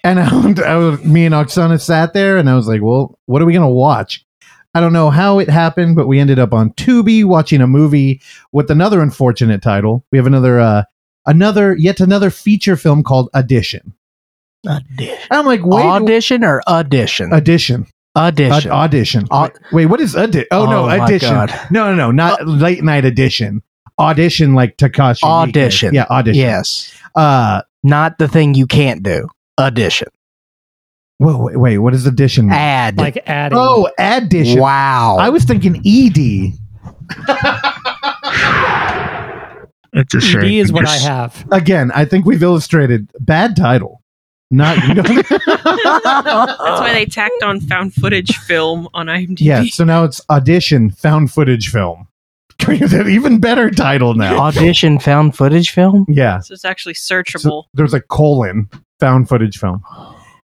Speaker 2: And I, I was, me and Oksana sat there, and I was like, "Well, what are we gonna watch?" I don't know how it happened, but we ended up on Tubi watching a movie with another unfortunate title. We have another, uh, another, yet another feature film called Audition.
Speaker 1: Audition.
Speaker 2: And I'm like, "Wait,
Speaker 1: Audition or audition?
Speaker 2: Audition,
Speaker 1: Audition.
Speaker 2: Audition, audition.
Speaker 1: Au-
Speaker 2: wait, what is audition? Oh,
Speaker 1: Oh
Speaker 2: no,
Speaker 1: my
Speaker 2: audition.
Speaker 1: God. Oh.
Speaker 2: No, no, no, not late night edition. Audition like Takashi. Miike.
Speaker 1: Audition.
Speaker 2: yeah, audition.
Speaker 1: yes.
Speaker 2: Uh,
Speaker 1: Not the thing you can't do. Audition.
Speaker 2: whoa, wait, wait, what is audition? mean?
Speaker 1: Add.
Speaker 4: Like adding.
Speaker 2: oh, addition.
Speaker 1: wow. <laughs>
Speaker 2: Hmm. I was thinking E ED.
Speaker 1: it's a
Speaker 4: ED E is what I have.
Speaker 2: Again, I think we've illustrated bad title. Not <laughs>
Speaker 3: That's why they tacked on found footage film on IMDb.
Speaker 2: yeah. So now it's audition found footage film. <laughs> Even better title now.
Speaker 1: Audition found footage film?
Speaker 2: Yeah.
Speaker 3: <laughs> So it's actually
Speaker 2: So
Speaker 3: searchable.
Speaker 2: there's a colon found footage film.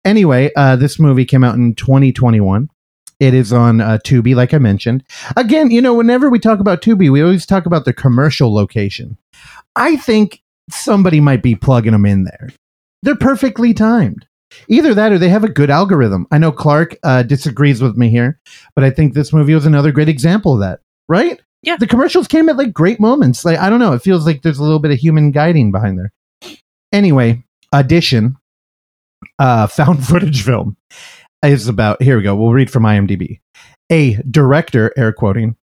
Speaker 2: Anyway, uh, this movie came out in 2021. It is on uh, Tubi, like I mentioned. Again, you know, whenever we talk about Tubi, we always talk about the commercial location. I think somebody might be plugging them in there. They're perfectly timed. Either that or they have a good algorithm. I know Clark uh, disagrees with me here, but I think this movie was another great example of that, right?
Speaker 3: Yeah.
Speaker 2: The commercials came at like great moments. Like, I don't know. It feels like there's a little bit of human guiding behind there. Anyway, Audition, uh, found <laughs> footage film, is about, here we go. We'll read from IMDb. A director, air quoting,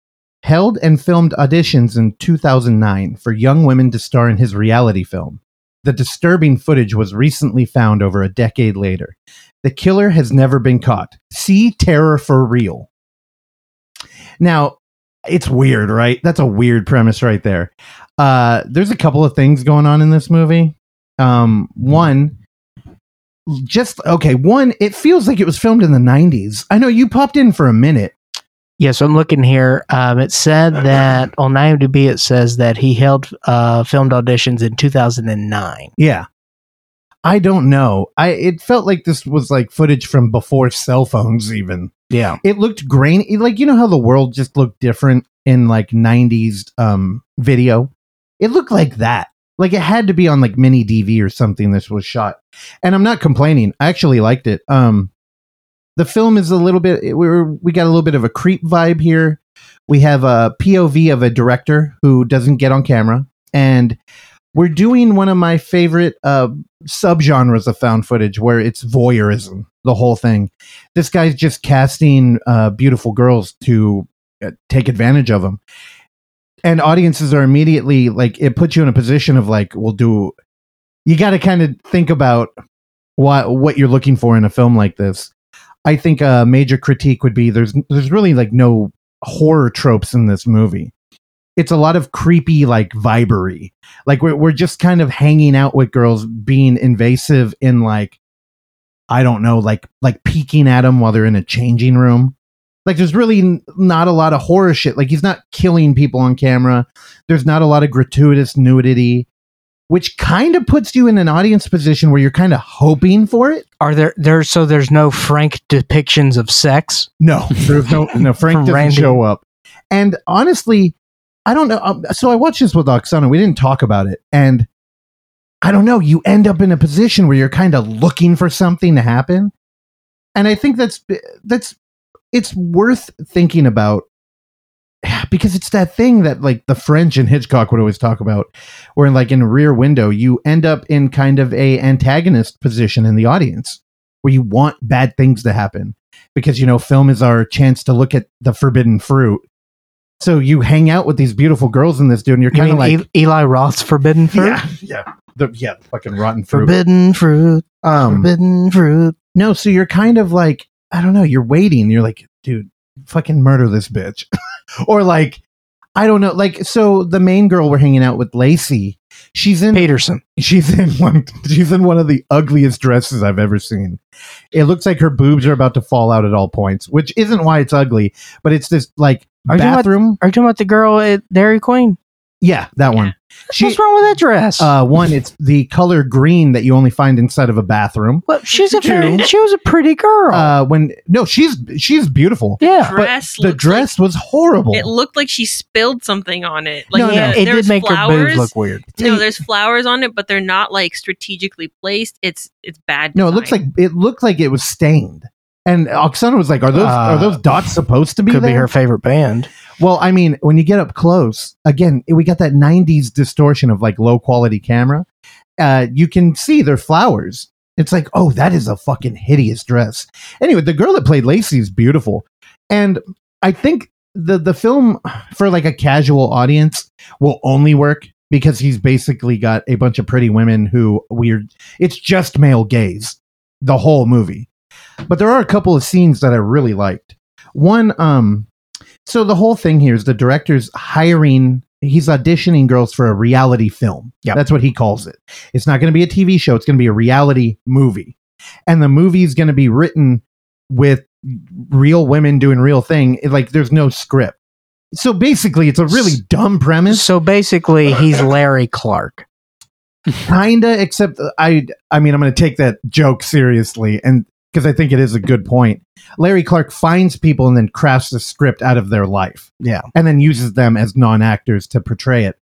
Speaker 2: held and filmed auditions in 2009 for young women to star in his reality film. The disturbing footage was recently found over a decade later. The killer has never been caught. See terror for real. Now, it's weird, right? That's a weird premise right there. Uh, there's a couple of things going on in this movie. Um, one, just okay. One, it feels like it was filmed in the 90s. I know you popped in for a minute.
Speaker 1: Yes, I'm looking here. Um, it said that on IMDb, it says that he held uh, filmed auditions in 2009.
Speaker 2: Yeah. I don't know. I it felt like this was like footage from before cell phones even.
Speaker 1: Yeah.
Speaker 2: It looked grainy. Like you know how the world just looked different in like 90s um video. It looked like that. Like it had to be on like mini DV or something this was shot. And I'm not complaining. I actually liked it. Um the film is a little bit we were, we got a little bit of a creep vibe here. We have a POV of a director who doesn't get on camera, and we're doing one of my favorite uh, subgenres of found footage, where it's voyeurism, the whole thing. This guy's just casting uh, beautiful girls to uh, take advantage of them, and audiences are immediately like, it puts you in a position of like, well, do you got to kind of think about what what you're looking for in a film like this. I think a major critique would be there's there's really like no horror tropes in this movie. It's a lot of creepy like vibery. Like we're we're just kind of hanging out with girls being invasive in like I don't know like like peeking at them while they're in a changing room. Like there's really n- not a lot of horror shit. Like he's not killing people on camera. There's not a lot of gratuitous nudity which kind of puts you in an audience position where you're kind of hoping for it.
Speaker 1: Are there there so there's no frank depictions of sex?
Speaker 2: No, there's no no Frank doesn't
Speaker 1: Randy.
Speaker 2: show up. And honestly, I don't know. Um, so I watched this with Oksana. We didn't talk about it, and I don't know. You end up in a position where you're kind of looking for something to happen, and I think that's that's it's worth thinking about <sighs> because it's that thing that like the French and Hitchcock would always talk about, where like in Rear Window, you end up in kind of a antagonist position in the audience where you want bad things to happen because you know film is our chance to look at the forbidden fruit. So you hang out with these beautiful girls in this dude, and you're
Speaker 1: You
Speaker 2: kind
Speaker 1: mean
Speaker 2: of like,
Speaker 1: E- Eli Roth's Forbidden Fruit?
Speaker 2: <laughs> yeah, yeah, the, yeah, the fucking rotten fruit.
Speaker 1: Forbidden Fruit.
Speaker 2: Um,
Speaker 1: forbidden Fruit.
Speaker 2: no, so you're kind of like, I don't know, you're waiting. You're like, dude, fucking murder this bitch. <laughs> or like, I don't know, like, so the main girl we're hanging out with, Lacey, she's in
Speaker 1: Peterson.
Speaker 2: <laughs> she's in one she's in one of the ugliest dresses I've ever seen. It looks like her boobs are about to fall out at all points, which isn't why it's ugly, but it's this like
Speaker 1: Are you talking about-
Speaker 2: bathroom.
Speaker 1: Are you talking about the girl at Dairy Queen?
Speaker 2: yeah, that one. She
Speaker 1: What's wrong with that dress?
Speaker 2: uh one, it's the color green that you only find inside of a bathroom.
Speaker 1: well, she's a
Speaker 2: two.
Speaker 1: very, she was a pretty girl.
Speaker 2: Uh when no, she's she's beautiful.
Speaker 1: yeah.
Speaker 3: dress
Speaker 2: The
Speaker 3: looked
Speaker 2: dress was horrible.
Speaker 3: like- it looked like she spilled something on it. Like
Speaker 2: No, no.
Speaker 3: yeah,
Speaker 1: it
Speaker 3: there's
Speaker 1: did make her
Speaker 3: flowers.
Speaker 1: boobs look weird.
Speaker 3: No, there's flowers on it, but they're not like strategically placed. It's it's bad.
Speaker 2: No, it looks like
Speaker 3: design.
Speaker 2: it looked like it was stained. And Oksana was like, "Are those
Speaker 1: Uh,
Speaker 2: are those dots supposed to be
Speaker 1: Could
Speaker 2: there?"
Speaker 1: be her favorite band.
Speaker 2: Well, I mean, when you get up close, again, we got that 90s distortion of like low quality camera. Uh, you can see their flowers. It's like, oh, that is a fucking hideous dress. Anyway, the girl that played Lacey is beautiful. And I think the, the film for like a casual audience will only work because he's basically got a bunch of pretty women who weird. It's just male gaze, the whole movie. But there are a couple of scenes that I really liked. One, um, so the whole thing here is the director's hiring he's auditioning girls for a reality film
Speaker 1: Yep.
Speaker 2: that's what he calls it it's not going to be a tv show it's going to be a reality movie and the movie is going to be written with real women doing real thing It- like there's no script so basically it's a really
Speaker 1: S-
Speaker 2: dumb premise
Speaker 1: So basically, he's Larry Clark.
Speaker 2: kinda except i i mean i'm gonna take that joke seriously and because i think it is a good point larry clark finds people and then crafts a script out of their life
Speaker 1: Yeah.
Speaker 2: and then uses them as non-actors to portray it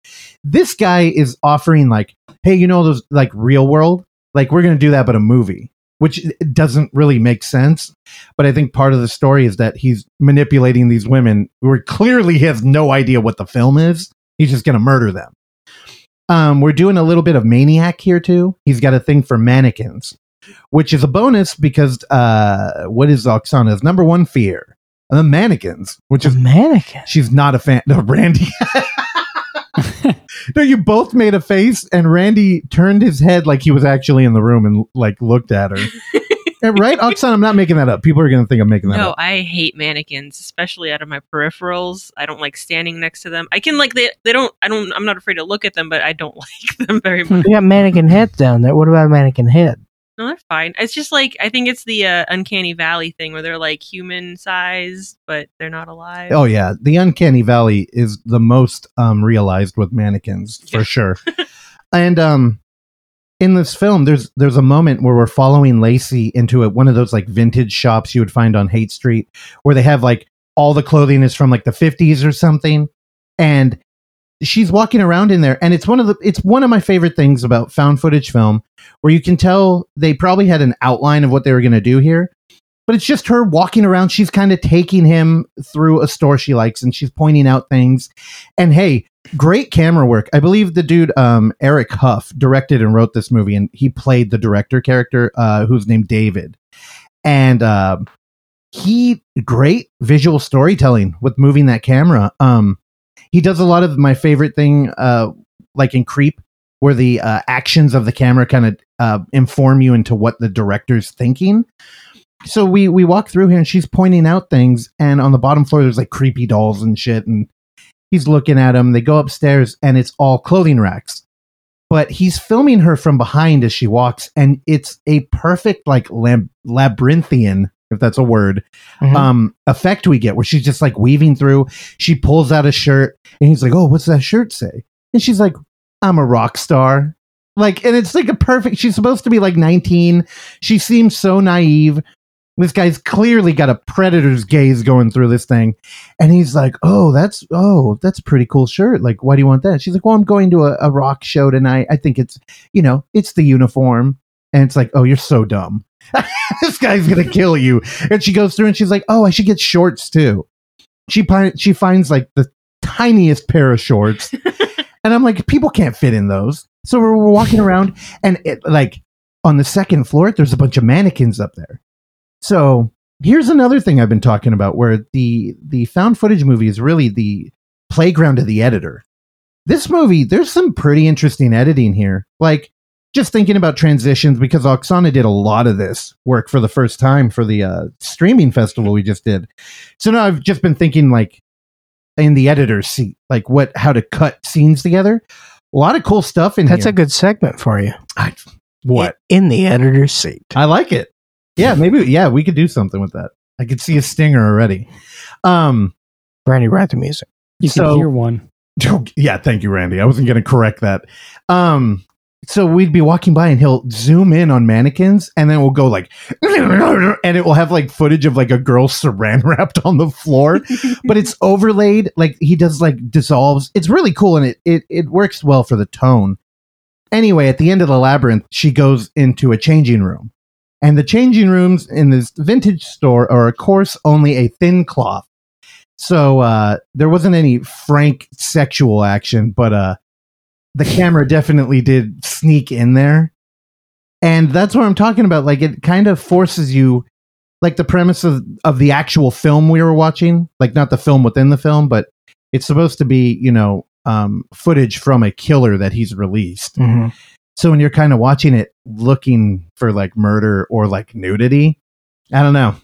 Speaker 2: this guy is offering like hey you know those like real world like we're gonna do that but a movie which it doesn't really make sense but i think part of the story is that he's manipulating these women who are clearly he has no idea what the film is he's just gonna murder them um, we're doing a little bit of Maniac here too. He's got a thing for mannequins, which is a bonus because uh, what is Oksana's number one fear? The mannequins, which is
Speaker 1: Just mannequin.
Speaker 2: she's not a fan. No, Randy. <laughs> no, you both made a face, and Randy turned his head like he was actually in the room and like looked at her. And, right, Oksana, I'm not making that up. People are going to think I'm making that
Speaker 3: No,
Speaker 2: up.
Speaker 3: I hate mannequins, especially out of my peripherals. I don't like standing next to them. I can like they they don't I don't I'm not afraid to look at them, but I don't <laughs> like them very much.
Speaker 1: We got mannequin heads down there. What about a mannequin head?
Speaker 3: No, they're fine. It's just like I think it's the uh, uncanny valley thing where they're like human sized, but they're not alive.
Speaker 2: Oh yeah, the uncanny valley is the most um, realized with mannequins for
Speaker 3: Yeah.
Speaker 2: sure. and um, in this film, there's there's a moment where we're following Lacey into a, one of those like vintage shops you would find on Hate Street, where they have like all the clothing is from like the 50s or something, and she's walking around in there, and it's one of the it's one of my favorite things about found footage film, where you can tell they probably had an outline of what they were going to do here, but it's just her walking around. She's kind of taking him through a store she likes and she's pointing out things. And hey, great camera work. I believe the dude, um, Eric Huff, directed and wrote this movie and he played the director character, uh, who's named David. And um, he, great visual storytelling with moving that camera. Um, he does a lot of my favorite thing, uh, like in Creep, where the uh, actions of the camera kind of uh, inform you into what the director's thinking so we we walk through here and she's pointing out things and on the bottom floor there's like creepy dolls and shit and he's looking at them they go upstairs and it's all clothing racks but he's filming her from behind as she walks and it's a perfect like lab- labyrinthian if that's a word
Speaker 1: Mhm.
Speaker 2: um effect we get where she's just like weaving through she pulls out a shirt and he's like oh what's that shirt say and she's like i'm a rock star like and it's like a perfect she's supposed to be like 19 she seems so naive this guy's clearly got a predator's gaze going through this thing and he's like oh that's oh that's a pretty cool shirt like why do you want that she's like well i'm going to a, a rock show tonight i think it's you know it's the uniform and it's like oh you're so dumb <laughs> this guy's gonna kill you and she goes through and she's like oh i should get shorts too she pi- she finds like the tiniest pair of shorts and i'm like people can't fit in those so we're we're walking around and it like on the second floor there's a bunch of mannequins up there so here's another thing I've been talking about where the the found footage movie is really the playground of the editor. This movie, there's some pretty interesting editing here. Like just thinking about transitions because Oksana did a lot of this work for the first time for the uh, streaming festival we just did. So now I've just been thinking like in the editor's seat, like what how to cut scenes together. A lot of cool stuff in
Speaker 1: That's
Speaker 2: here.
Speaker 1: a good segment for you.
Speaker 2: I, what?
Speaker 1: In the editor's seat.
Speaker 2: I like it. Yeah, maybe yeah, we could do something with that. I could see a stinger already. Um
Speaker 1: Brandy, write the music.
Speaker 4: You can
Speaker 2: So-
Speaker 4: hear one.
Speaker 2: oh, yeah, thank you Randy. I wasn't going to correct that. Um so we'd be walking by and he'll zoom in on mannequins and then we'll go like <laughs> and it will have like footage of like a girl saran wrapped on the floor but it's overlaid like he does like dissolves it's really cool and it, it it works well for the tone anyway at the end of the labyrinth she goes into a changing room and the changing rooms in this vintage store are of course only a thin cloth so uh there wasn't any frank sexual action but uh the camera definitely did sneak in there and that's what i'm talking about like it kind of forces you like the premise of, of the actual film we were watching like not the film within the film but it's supposed to be you know um, footage from a killer that he's released so when you're kind of watching it looking for like murder or like nudity i don't know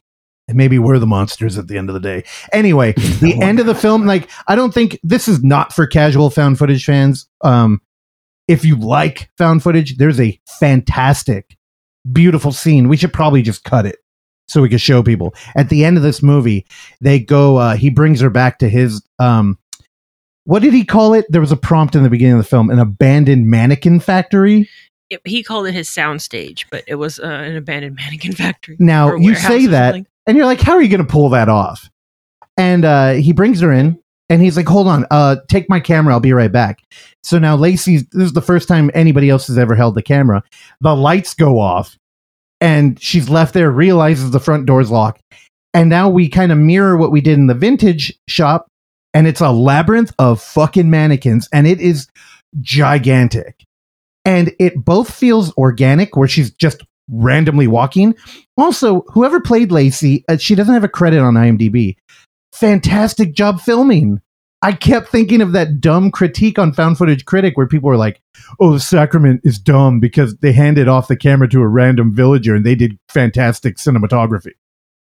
Speaker 2: maybe we're the monsters at the end of the day anyway the end of the film like i don't think this is not for casual found footage fans um if you like found footage there's a fantastic beautiful scene we should probably just cut it so we could show people at the end of this movie they go uh he brings her back to his um what did he call it there was a prompt in the beginning of the film an abandoned mannequin factory
Speaker 3: It- he called it his soundstage, but it was uh, an abandoned <laughs> mannequin factory.
Speaker 2: Now,
Speaker 3: or
Speaker 2: you
Speaker 3: warehouse
Speaker 2: say
Speaker 3: or
Speaker 2: that,
Speaker 3: something.
Speaker 2: And you're like, how are you going to pull that off? And uh, he brings her in and he's like, hold on, uh, take my camera. I'll be right back. So now Lacey's, this is the first time anybody else has ever held the camera. The lights go off and she's left there, realizes the front door's locked. And now we kind of mirror what we did in the vintage shop. And it's a labyrinth of fucking mannequins and it is gigantic. And it both feels organic where she's just randomly walking also, whoever played Lacey, uh, she doesn't have a credit on IMDb. Fantastic job filming. I kept thinking of that dumb critique on Found Footage Critic where people were like, oh, the Sacrament is dumb because they handed off the camera to a random villager and they did fantastic cinematography.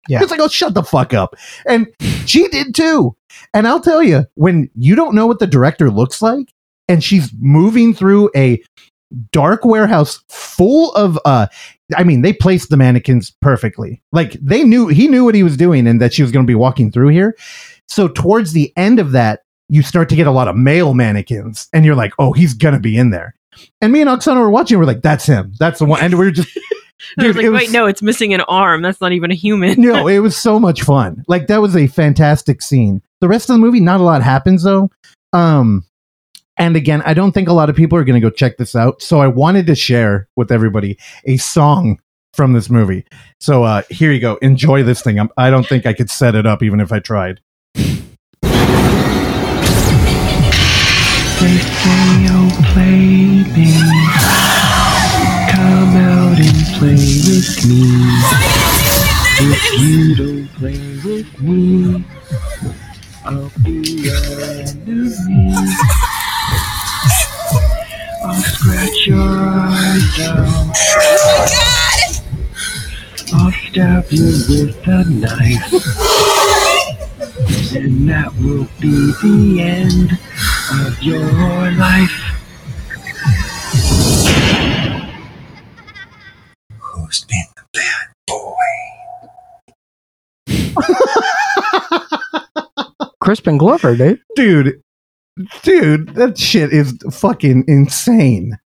Speaker 1: Yeah.
Speaker 2: It's like, oh, shut the fuck up. And she did too. And I'll tell you, when you don't know what the director looks like and she's moving through a dark warehouse full of uh I mean, they placed the mannequins perfectly. Like they knew he knew what he was doing and that she was going to be walking through here. So towards the end of that, you start to get a lot of male mannequins, and you're like, "Oh, he's going to be in there." And me and Oksana were watching. We're like, "That's him. That's the one." And we were just,
Speaker 3: <laughs> I
Speaker 2: <laughs>
Speaker 3: was
Speaker 2: dude,
Speaker 3: like,
Speaker 2: it
Speaker 3: wait, no, it's missing an arm. That's not even
Speaker 2: <laughs>
Speaker 3: a <laughs> human.
Speaker 2: no, it was so much fun. Like that was a fantastic scene. The rest of the movie, not a lot happens though. Um, and again, I don't think a lot of people are going to go check this out. So I wanted to share with everybody a song from this movie. So uh, here you go. Enjoy this thing. I'm, I don't think I could set it up even if I tried.
Speaker 6: Radio play me. Come out and play with me. If you don't play with me, I'll be your enemy. I'll scratch your eyes out. I'll stab you with a knife. and that will be the end of your life. Who's been the bad
Speaker 1: Crispin Glover, dude.
Speaker 2: dude, dude, that shit is fucking insane.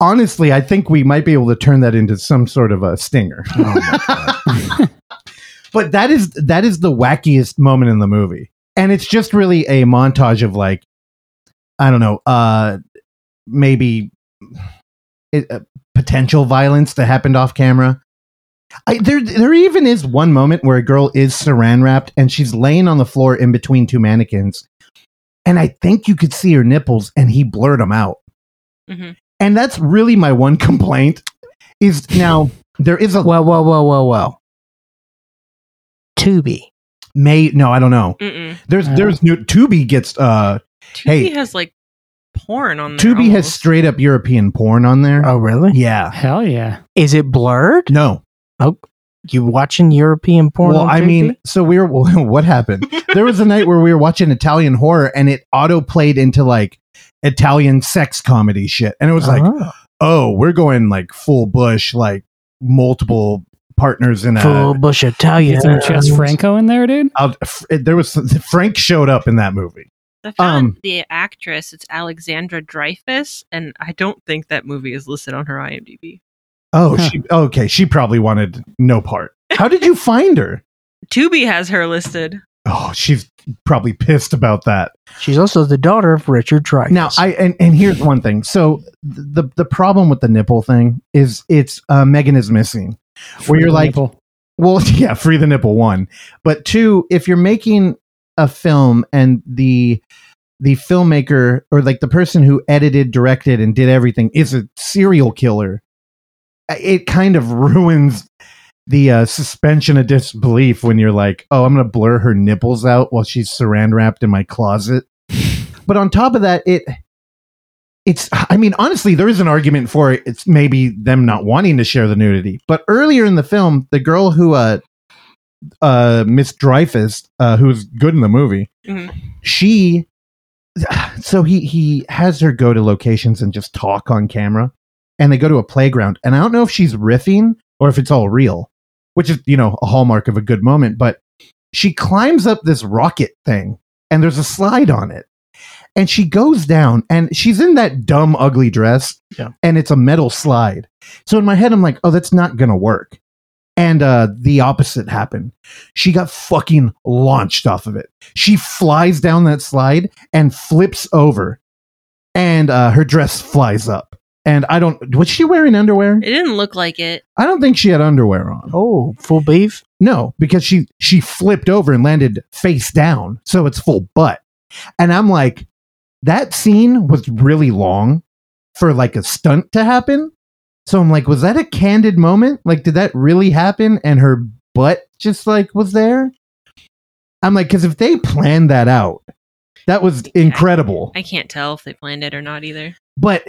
Speaker 2: Honestly, I think we might be able to turn that into some sort of a stinger. Oh but that is that is the wackiest moment in the movie, and it's just really a montage of like, I don't know, uh, maybe it, uh, potential violence that happened off camera. I, there, there even is one moment where a girl is saran wrapped and she's laying on the floor in between two mannequins, and I think you could see her nipples, and he blurred them out.
Speaker 3: Mhm.
Speaker 2: And that's really my one complaint. Is now there is a
Speaker 1: Well, well, well, well, well. Tubi.
Speaker 2: may no, I don't know.
Speaker 3: Mm-mm.
Speaker 2: There's
Speaker 1: Uh-huh.
Speaker 4: Uh.
Speaker 2: there's new Tubi gets uh
Speaker 3: Tubi
Speaker 2: Hey.
Speaker 3: has like porn on there.
Speaker 2: Tubi has
Speaker 3: almost.
Speaker 2: straight up European porn on there.
Speaker 1: Oh, really?
Speaker 2: Yeah,
Speaker 4: Hell yeah.
Speaker 1: Is it blurred? Oh,
Speaker 2: no.
Speaker 1: You watching European porn?
Speaker 2: well,
Speaker 1: on
Speaker 2: I
Speaker 1: Tubi?
Speaker 2: mean, so we were. <laughs> Well, what happened? there was a night where we were watching Italian horror, and it auto played into like Italian sex comedy shit, and it was like,
Speaker 1: Oh.
Speaker 2: oh, we're going like full bush, like multiple partners in a
Speaker 1: full bush Italian.
Speaker 4: Is there Jess Franco in there, dude?
Speaker 2: I'll- f- there was <laughs> Frank showed up in that movie.
Speaker 3: I found
Speaker 2: um,
Speaker 3: the actress. It's Alexandra Dreyfus, and I don't think that movie is listed on her IMDb.
Speaker 2: Oh,
Speaker 4: Huh.
Speaker 2: she okay. She probably wanted no part. How did you find her?
Speaker 3: Tubi has her listed.
Speaker 2: Oh, she's probably pissed about that.
Speaker 1: She's also the daughter of Richard Dreyfuss.
Speaker 2: Now, I and, and here's one thing. So the the problem with the nipple thing is it's uh, Megan is missing. Where you're
Speaker 4: Free
Speaker 2: like-
Speaker 4: nipple.
Speaker 2: Well, <laughs> yeah, free the nipple one, but two, if you're making a film and the the filmmaker or like the person who edited, directed, and did everything is a serial killer, uh, it kind of <laughs> ruins the uh, suspension of disbelief when you're like, oh, I'm gonna blur her nipples out while she's saran wrapped in my closet. but on top of that, it it's i mean honestly there is an argument for it it's maybe them not wanting to share the nudity but earlier in the film the girl who uh uh miss dreyfus uh who's good in the movie
Speaker 3: Mhm.
Speaker 2: she so he he has her go to locations and just talk on camera and they go to a playground and i don't know if she's riffing or if it's all real which is you know a hallmark of a good moment but she climbs up this rocket thing and there's a slide on it and she goes down and she's in that dumb ugly dress
Speaker 1: Yeah.
Speaker 2: and it's a metal slide so in my head i'm like oh that's not gonna work and uh the opposite happened she got fucking launched off of it she flies down that slide and flips over and uh her dress flies up and i don't was she wearing underwear
Speaker 3: It didn't look like it.
Speaker 2: i don't think she had underwear on
Speaker 1: oh, full beef.
Speaker 2: no, because she she flipped over and landed face down, so it's full butt. And I'm like, that scene was really long for like a stunt to happen. So I'm like, was that a candid moment? Like, did that really happen? And her butt just like was there. I'm like, because if they planned that out, that was incredible.
Speaker 3: I can't tell if they planned it or not either.
Speaker 2: But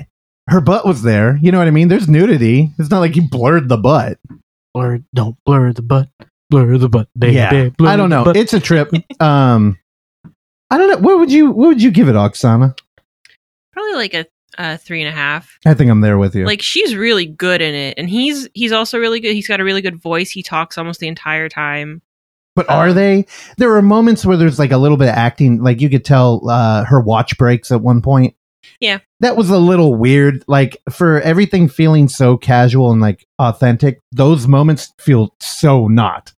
Speaker 2: her butt was there. You know what I mean? There's nudity. It's not like he blurred the butt.
Speaker 1: Blur, don't blur the butt. Blur the butt, baby.
Speaker 2: yeah.
Speaker 1: blur
Speaker 2: I don't
Speaker 1: the
Speaker 2: know.
Speaker 1: butt.
Speaker 2: It's a trip. Um, I don't know. What would you What would you give it, Oksana?
Speaker 3: Probably like a, a three and a half.
Speaker 2: I think I'm there with you.
Speaker 3: Like she's really good in it, and he's he's also really good. He's got a really good voice. He talks almost the entire time.
Speaker 2: but
Speaker 3: uh,
Speaker 2: are they? There are moments where there's like a little bit of acting. Like you could tell uh, her watch breaks at one point.
Speaker 3: Yeah.
Speaker 2: that was a little weird. Like for everything feeling so casual and like authentic, those moments feel so not.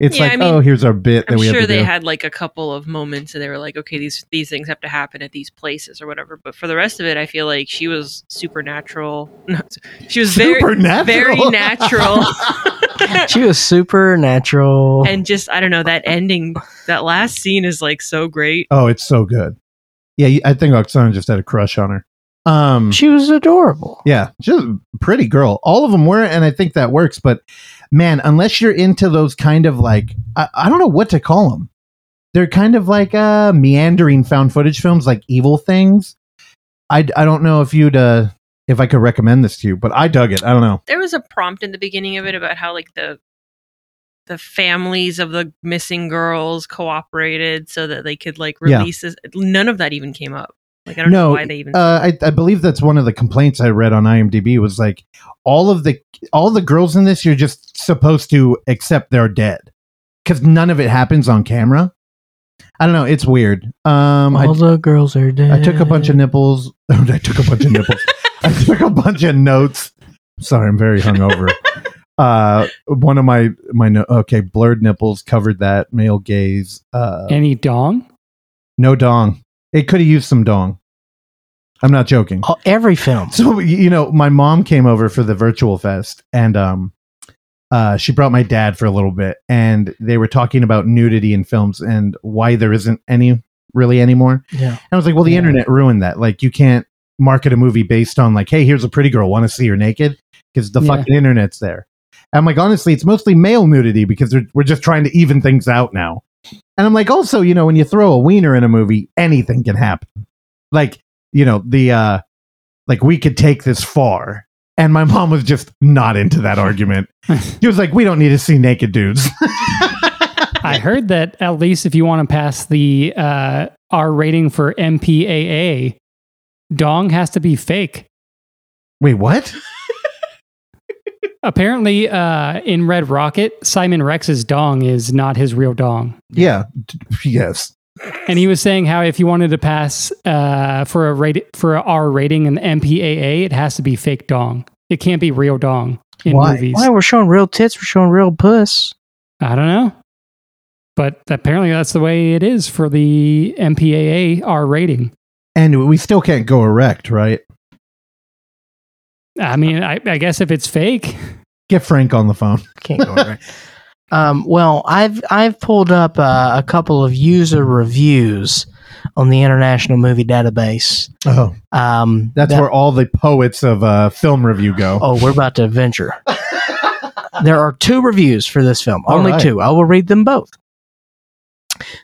Speaker 2: It's
Speaker 3: Yeah,
Speaker 2: like,
Speaker 3: I mean,
Speaker 2: oh, here's our bit that
Speaker 3: I'm
Speaker 2: we have
Speaker 3: sure
Speaker 2: to
Speaker 3: they
Speaker 2: do.
Speaker 3: had like a couple of moments and they were like, okay, these these things have to happen at these places or whatever. But for the rest of it, I feel like she was supernatural. <laughs> No, she was very
Speaker 2: Supernatural.
Speaker 3: very natural
Speaker 1: she was supernatural.
Speaker 3: and just I don't know that ending. That last scene is like so great.
Speaker 2: <laughs> oh, it's so good. Yeah, you- I think Oksana just had a crush on her. Um,
Speaker 1: she was adorable.
Speaker 2: Yeah, she's a pretty girl. All of them were, and I think that works. But man, unless you're into those kind of like, I, I don't know what to call them. They're kind of like uh, meandering found footage films, like evil things. I, I don't know if you'd uh, if I could recommend this to you, but I dug it. I don't know.
Speaker 3: There was a prompt in the beginning of it about how like the the families of the missing girls cooperated so that they could like
Speaker 2: Yeah.
Speaker 3: release this. None of that even came up. Like I don't
Speaker 2: No,
Speaker 3: know why they even.
Speaker 2: Uh, I, I believe that's one of the complaints I read on IMDb was like all of the all the girls in this you're just supposed to accept they're dead because none of it happens on camera. I don't know. It's weird. Um, I
Speaker 1: All the girls are dead.
Speaker 2: I took a
Speaker 1: Mm.
Speaker 2: bunch of nipples. <laughs> I took a bunch of nipples. I took a bunch of notes. Sorry, I'm very hungover. uh, one of my my no- okay blurred nipples covered that male gaze. Uh,
Speaker 4: Any dong?
Speaker 2: no dong. It could have used some dong. I'm not joking.
Speaker 1: Oh, every film.
Speaker 2: So y- you know, my mom came over for the virtual fest, and um, uh, she brought my dad for a little bit, and they were talking about nudity in films and why there isn't any really anymore.
Speaker 1: Yeah.
Speaker 2: And I was like, well, the
Speaker 4: Yeah.
Speaker 2: internet ruined that. Like, you can't market a movie based on like, hey, here's a pretty girl, want to see her naked? Because the
Speaker 4: Yeah.
Speaker 2: fucking internet's there. I'm like, honestly, it's mostly male nudity because they're, we're just trying to even things out now. And I'm like, also, you know, when you throw a wiener in a movie, anything can happen. Like, you know, the uh like we could take this far. And my mom was just not into that
Speaker 4: <laughs>
Speaker 2: argument. She was like, "We don't need to see naked dudes." <laughs>
Speaker 4: I heard that at least if you want to pass the uh, R rating for MPAA, dong has to be fake.
Speaker 2: Wait, what?
Speaker 4: Apparently, uh, in Red Rocket, Simon Rex's dong is not his real dong.
Speaker 2: Yeah. D- Yes.
Speaker 4: And he was saying how if you wanted to pass uh, for a rate for a R rating in the MPAA, it has to be fake dong. It can't be real dong in
Speaker 2: Why?
Speaker 4: movies.
Speaker 1: Why we're showing real tits? We're showing real puss.
Speaker 4: I don't know, but apparently that's the way it is for the MPAA R rating.
Speaker 2: And we still can't go erect, right?
Speaker 4: I mean, I, I guess if it's fake,
Speaker 2: Get Frank on the phone. <laughs>
Speaker 1: Can't go right. Um, well, I've I've pulled up uh, a couple of user reviews on the International Movie Database.
Speaker 2: Oh,
Speaker 1: Um,
Speaker 2: that's
Speaker 1: that-
Speaker 2: where all the poets of uh, film review go.
Speaker 1: Oh, we're about to adventure. there are two reviews for this film,
Speaker 2: All
Speaker 1: only
Speaker 2: right.
Speaker 1: two. I will read them both.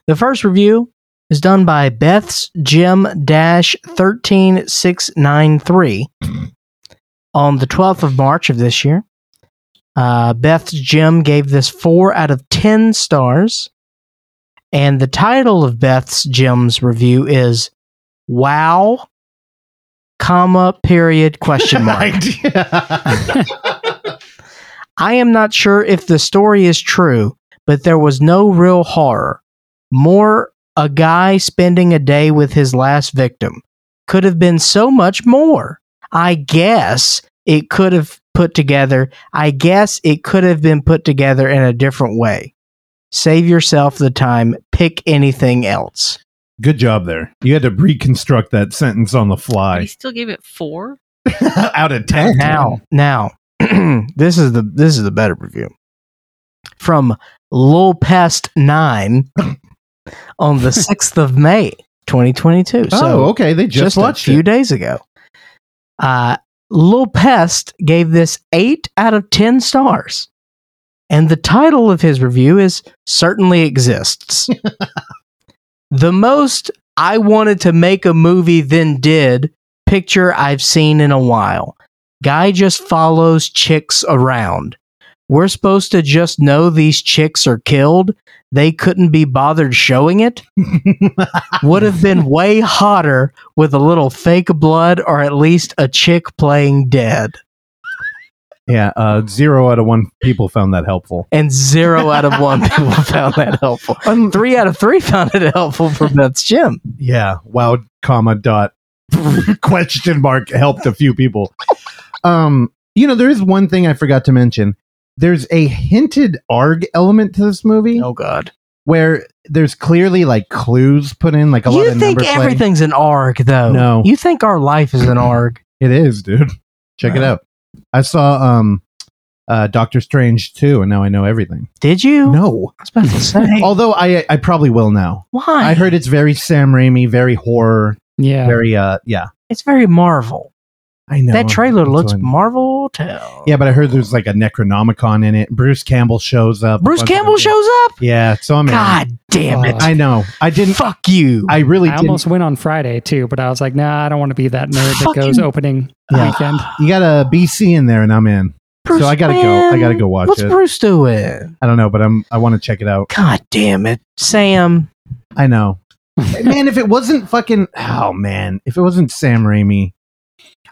Speaker 1: The first review is done by Beth's Jim Dash 13693
Speaker 2: Mm-hmm.
Speaker 1: on the 12th of March of this year. Uh, Beth's Jim gave this four out of 10 stars. And the title of Beth's Jim's review is Wow, comma, period,
Speaker 2: <laughs>
Speaker 1: question mark.
Speaker 2: Idea.
Speaker 1: I am not sure if the story is true, but there was no real horror. More a guy spending a day with his last victim. Could have been so much more. I guess it could have put together. I guess it could have been put together in a different way. Save yourself the time. Pick anything else.
Speaker 2: Good job there. You had to reconstruct that sentence on the
Speaker 3: but
Speaker 1: <laughs>
Speaker 3: he
Speaker 2: fly.
Speaker 3: still gave it four.
Speaker 2: Out of ten.
Speaker 1: Now, now, <clears throat> this is the this is the better review from Lil Pest Nine on the sixth of May, twenty twenty two.
Speaker 2: oh, okay. They just, watched
Speaker 1: a few
Speaker 2: it.
Speaker 1: days ago. Uh, Lil Pest gave this eight out of ten stars, and the title of his review is "Certainly
Speaker 2: <laughs>
Speaker 1: Exists." the most I wanted to make a movie then did picture I've seen in a while. Guy just follows chicks around. We're supposed to just know these chicks are killed. They couldn't be bothered showing
Speaker 2: <laughs>
Speaker 1: it would have been way hotter with a little fake blood or at least a chick playing dead.
Speaker 2: Yeah. Uh, zero out of one people found that helpful.
Speaker 1: And zero out of one <laughs> people found that helpful.
Speaker 2: Um,
Speaker 1: Three out of three found it helpful for Beth's
Speaker 2: <laughs>
Speaker 1: Jim.
Speaker 2: yeah. Wow. Comma dot <laughs> question mark helped a few people. Um, you know, there is one thing I forgot to mention. there's a hinted arg element to this movie
Speaker 1: Oh God!
Speaker 2: where there's clearly like clues put in, like a lot
Speaker 1: you
Speaker 2: of
Speaker 1: think
Speaker 2: number play.
Speaker 1: everything's an arg, though?
Speaker 2: No.
Speaker 1: You think our life is an arg?
Speaker 2: It is, dude. Check it
Speaker 1: Wow.
Speaker 2: out. I saw um uh Doctor Strange too, and now I know everything.
Speaker 1: Did you?
Speaker 2: No.
Speaker 1: I was about to
Speaker 2: <laughs>
Speaker 1: say.
Speaker 2: Although I I probably will now.
Speaker 1: Why?
Speaker 2: I heard it's very Sam Raimi, very horror,
Speaker 4: Yeah.
Speaker 2: very uh yeah.
Speaker 1: it's very Marvel.
Speaker 2: I know.
Speaker 1: that trailer
Speaker 2: That's
Speaker 1: looks
Speaker 2: what I-
Speaker 1: Marvel town.
Speaker 2: Yeah, but I heard there's like a Necronomicon in it. Bruce Campbell shows up.
Speaker 1: Bruce
Speaker 2: A bunch
Speaker 1: Campbell
Speaker 2: of-
Speaker 1: shows up.
Speaker 2: Yeah, so I'm in.
Speaker 1: God damn it!
Speaker 2: Oh, I know. I didn't
Speaker 1: Fuck you.
Speaker 2: I really
Speaker 4: I
Speaker 2: didn't
Speaker 4: almost went on Friday too, but I was like, nah, I don't want to be that nerd that
Speaker 1: Fucking-
Speaker 4: goes opening
Speaker 2: Yeah. <laughs>
Speaker 4: weekend.
Speaker 2: you got a BC in there and I'm in.
Speaker 1: Bruce,
Speaker 2: so I gotta go. I gotta go watch
Speaker 1: What's
Speaker 2: it.
Speaker 1: Bruce doing?
Speaker 2: I don't know, but I'm I wanna check it out.
Speaker 1: God damn it, Sam. <laughs>
Speaker 2: I know. man, if it wasn't fucking oh man, if it wasn't Sam Raimi.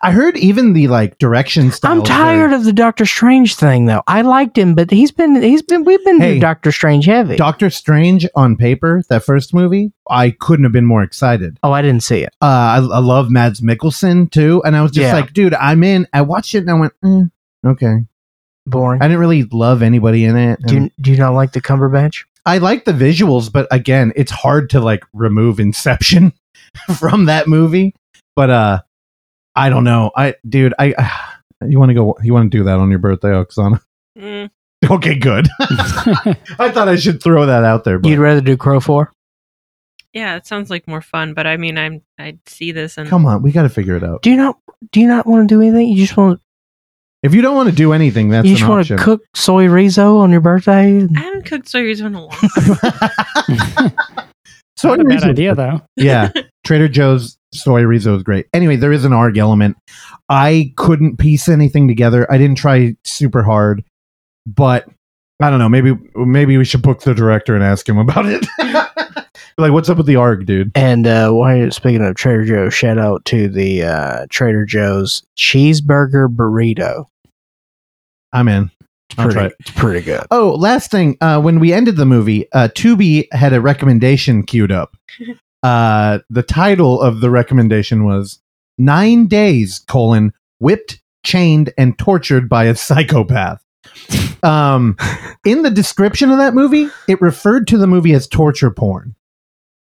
Speaker 2: I heard even the like direction style.
Speaker 1: I'm tired of the Doctor Strange thing though. I liked him, but he's been he's been we've been
Speaker 2: Hey,
Speaker 1: through Doctor Strange heavy.
Speaker 2: Doctor Strange on paper, that first movie, I couldn't have been more excited.
Speaker 1: oh, I didn't see it.
Speaker 2: Uh, I, I love Mads Mikkelsen too, and I was just
Speaker 1: Yeah.
Speaker 2: like, dude, I'm in. I watched it and I went, eh, okay.
Speaker 1: Boring.
Speaker 2: I didn't really love anybody in it.
Speaker 1: do
Speaker 2: and
Speaker 1: you, do you not like the Cumberbatch?
Speaker 2: I like the visuals, but again, it's hard to like remove Inception <laughs> from that movie. But uh, I don't know. I dude, I ah, you want to go? You want to do that on your birthday, Oksana? <laughs>
Speaker 3: Mm.
Speaker 2: Okay, good. <laughs> I thought I should throw that out there, but
Speaker 1: You'd rather do Crow Four?
Speaker 3: Yeah, it sounds like more fun, but I mean, I'm I see this and
Speaker 2: come on, we got to figure it out.
Speaker 1: Do you not do you not want to do anything? You just want
Speaker 2: If you don't want to do anything, that's
Speaker 1: you just
Speaker 2: an
Speaker 1: want
Speaker 2: option.
Speaker 1: to cook soy riso on your birthday.
Speaker 3: I haven't cooked Sawyer's in a
Speaker 2: <laughs>
Speaker 3: long.
Speaker 2: Soy
Speaker 4: Not a bad
Speaker 2: Rizzo-
Speaker 4: idea though.
Speaker 2: yeah, Trader Joe's soy riso is great. Anyway, there is an arg element. I couldn't piece anything together. I didn't try super hard, but I don't know. Maybe maybe we should book the director and ask him about it. <laughs> like, what's up with the arg, dude?
Speaker 1: And uh, while you're speaking of Trader Joe's, shout out to the uh, Trader Joe's cheeseburger burrito.
Speaker 2: I'm in.
Speaker 1: It's
Speaker 2: I'll
Speaker 1: pretty,
Speaker 2: try it.
Speaker 1: it's pretty good.
Speaker 2: Oh, last thing. Uh, when we ended the movie, uh, Tubi had a recommendation queued up. Uh, the title of the recommendation was Nine Days, colon, whipped, chained, and tortured by a psychopath. Um, in the description of that movie, it referred to the movie as torture porn.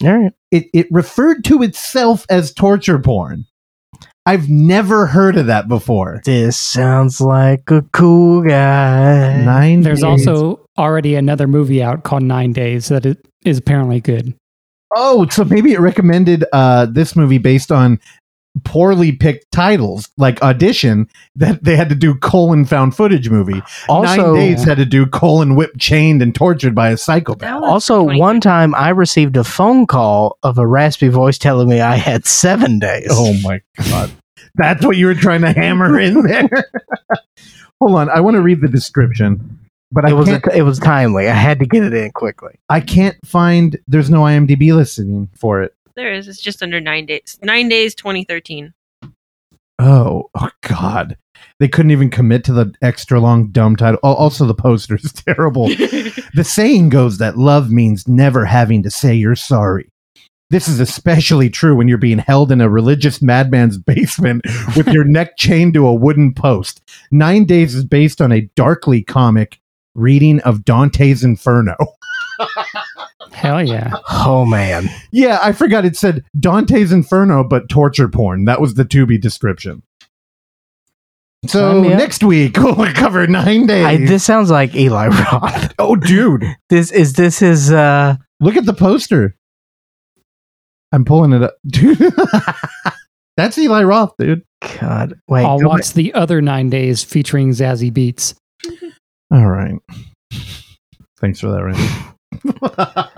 Speaker 1: All right.
Speaker 2: It, it referred to itself as torture porn. I've never heard of that before.
Speaker 1: This sounds like a cool guy.
Speaker 2: Nine
Speaker 4: There's
Speaker 2: Days-
Speaker 4: also already another movie out called Nine Days that it is apparently good.
Speaker 2: Oh, so maybe it recommended uh, this movie based on poorly picked titles like audition that they had to do colon found footage movie.
Speaker 1: Also,
Speaker 2: Nine days had to do colon whipped, chained, and tortured by a psychopath.
Speaker 3: <laughs> That was
Speaker 1: also
Speaker 3: 23.
Speaker 1: one time I received a phone call of a raspy voice telling me I had seven days.
Speaker 2: Oh my god, that's what you were trying to hammer in there. <laughs> Hold on, I want to read the description, but I
Speaker 1: it was a,
Speaker 2: can't.
Speaker 1: it was timely. I had to get it in quickly.
Speaker 2: I can't find. There's no IMDb listing for it.
Speaker 3: There is. It's just under nine days. Nine
Speaker 2: <laughs>
Speaker 3: days, 2013.
Speaker 2: Oh, oh God. They couldn't even commit to the extra long dumb title. Al- Also, the poster is <laughs> terrible. the saying goes that love means never having to say you're sorry. This is especially true when you're being held in a religious madman's basement with your neck chained to a wooden post. Nine Days is based on a darkly comic reading of Dante's Inferno.
Speaker 4: Hell yeah.
Speaker 1: Oh man,
Speaker 2: yeah, I forgot it said Dante's Inferno, but torture porn. That was the Tubi description. So
Speaker 1: Sign me up.
Speaker 2: next week <laughs> we'll cover nine days.
Speaker 1: I, this sounds like Eli <laughs> Roth.
Speaker 2: oh, dude,
Speaker 1: This is this is uh
Speaker 2: look at the poster. I'm pulling it up, <laughs> dude. That's Eli Roth, dude.
Speaker 1: God. Wait,
Speaker 4: I'll
Speaker 1: go
Speaker 4: watch the other Nine Days featuring Zazie Beats.
Speaker 2: All right. Thanks for that, Randy.
Speaker 1: <laughs>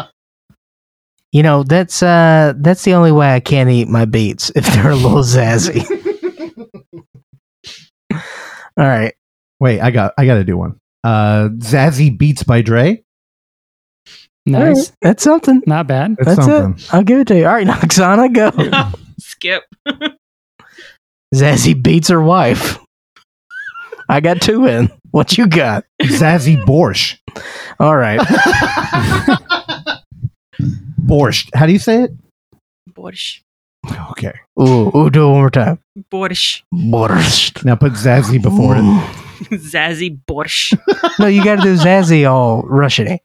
Speaker 1: You know, that's uh that's the only way I can't eat my beets if they're a little zazzy. All right.
Speaker 2: Wait, I got I got to do one. Uh, Zazzy Beats by Dre.
Speaker 4: Nice.
Speaker 1: That's something.
Speaker 4: Not bad.
Speaker 2: That's,
Speaker 1: That's
Speaker 2: something.
Speaker 1: it. I'll give it to you. All right, <laughs> Noxana, go.
Speaker 3: <laughs> Skip.
Speaker 1: Zazzy beats her wife. I got two in. What you got?
Speaker 2: Zazzy Borsch.
Speaker 1: All <laughs> right.
Speaker 2: Borsch. How do you say it?
Speaker 3: Borsch.
Speaker 2: Okay.
Speaker 1: Ooh, ooh, do it one more time.
Speaker 3: Borsch.
Speaker 1: Borscht. <laughs>
Speaker 2: Now put Zazzy before it.
Speaker 3: <laughs> Zazzy Borsch.
Speaker 1: No, you got to do Zazzy all Russian,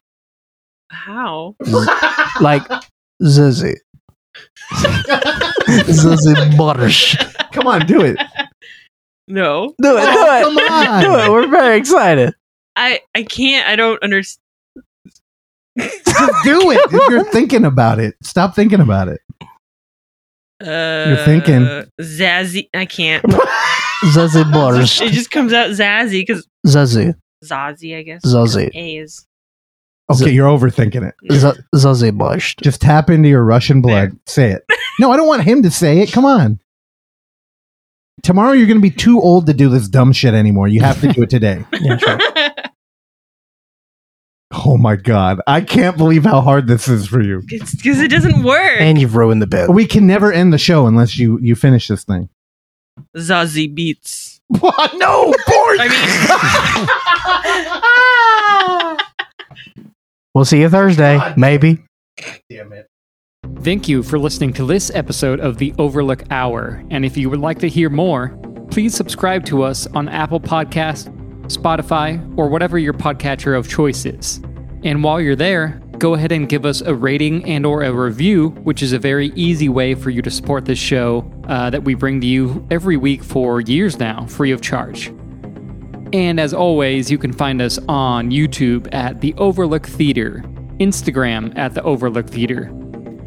Speaker 3: How?
Speaker 1: like Zazzy. Zazzy <laughs> Borsch.
Speaker 2: Come on, do it.
Speaker 3: No.
Speaker 1: Do it, do it.
Speaker 2: Come on.
Speaker 1: Do it. We're very excited.
Speaker 3: I I can't. I don't understand.
Speaker 2: Just do it. If you're thinking about it, stop thinking about it.
Speaker 3: Uh,
Speaker 2: thinking.
Speaker 3: Zazzy. I can't.
Speaker 1: Zazzy Borsch.
Speaker 3: it just comes out Zazzy because
Speaker 1: Zazzy.
Speaker 3: Zazzy, I guess.
Speaker 1: Zazzy.
Speaker 3: A is.
Speaker 2: Okay, you're overthinking it.
Speaker 1: Z- Zazzy Borsch.
Speaker 2: Just tap into your Russian blood. Say it. No, I don't want him to say it. Come on. Tomorrow you're going to be too old to do this dumb shit anymore. You have to do it today.
Speaker 1: Yeah,
Speaker 3: <laughs>
Speaker 1: sure.
Speaker 2: Oh my god, I can't believe how hard this is for you.
Speaker 3: Because it doesn't work.
Speaker 1: And you've ruined the bit.
Speaker 2: We can never end the show unless you you finish this thing. <laughs>
Speaker 3: Zazzy beats.
Speaker 2: What? No, Borsch.
Speaker 3: I mean.
Speaker 1: We'll see you Thursday, maybe.
Speaker 2: Damn it.
Speaker 4: Thank you for listening to this episode of The Overlook Hour. And if you would like to hear more, please subscribe to us on Apple Podcast, Spotify, or whatever your podcatcher of choice is. And while you're there, go ahead and give us a rating and or a review, which is a very easy way for you to support this show uh, that we bring to you every week for years now, free of charge. And as always, you can find us on YouTube at The Overlook Theater, Instagram at The Overlook Theater,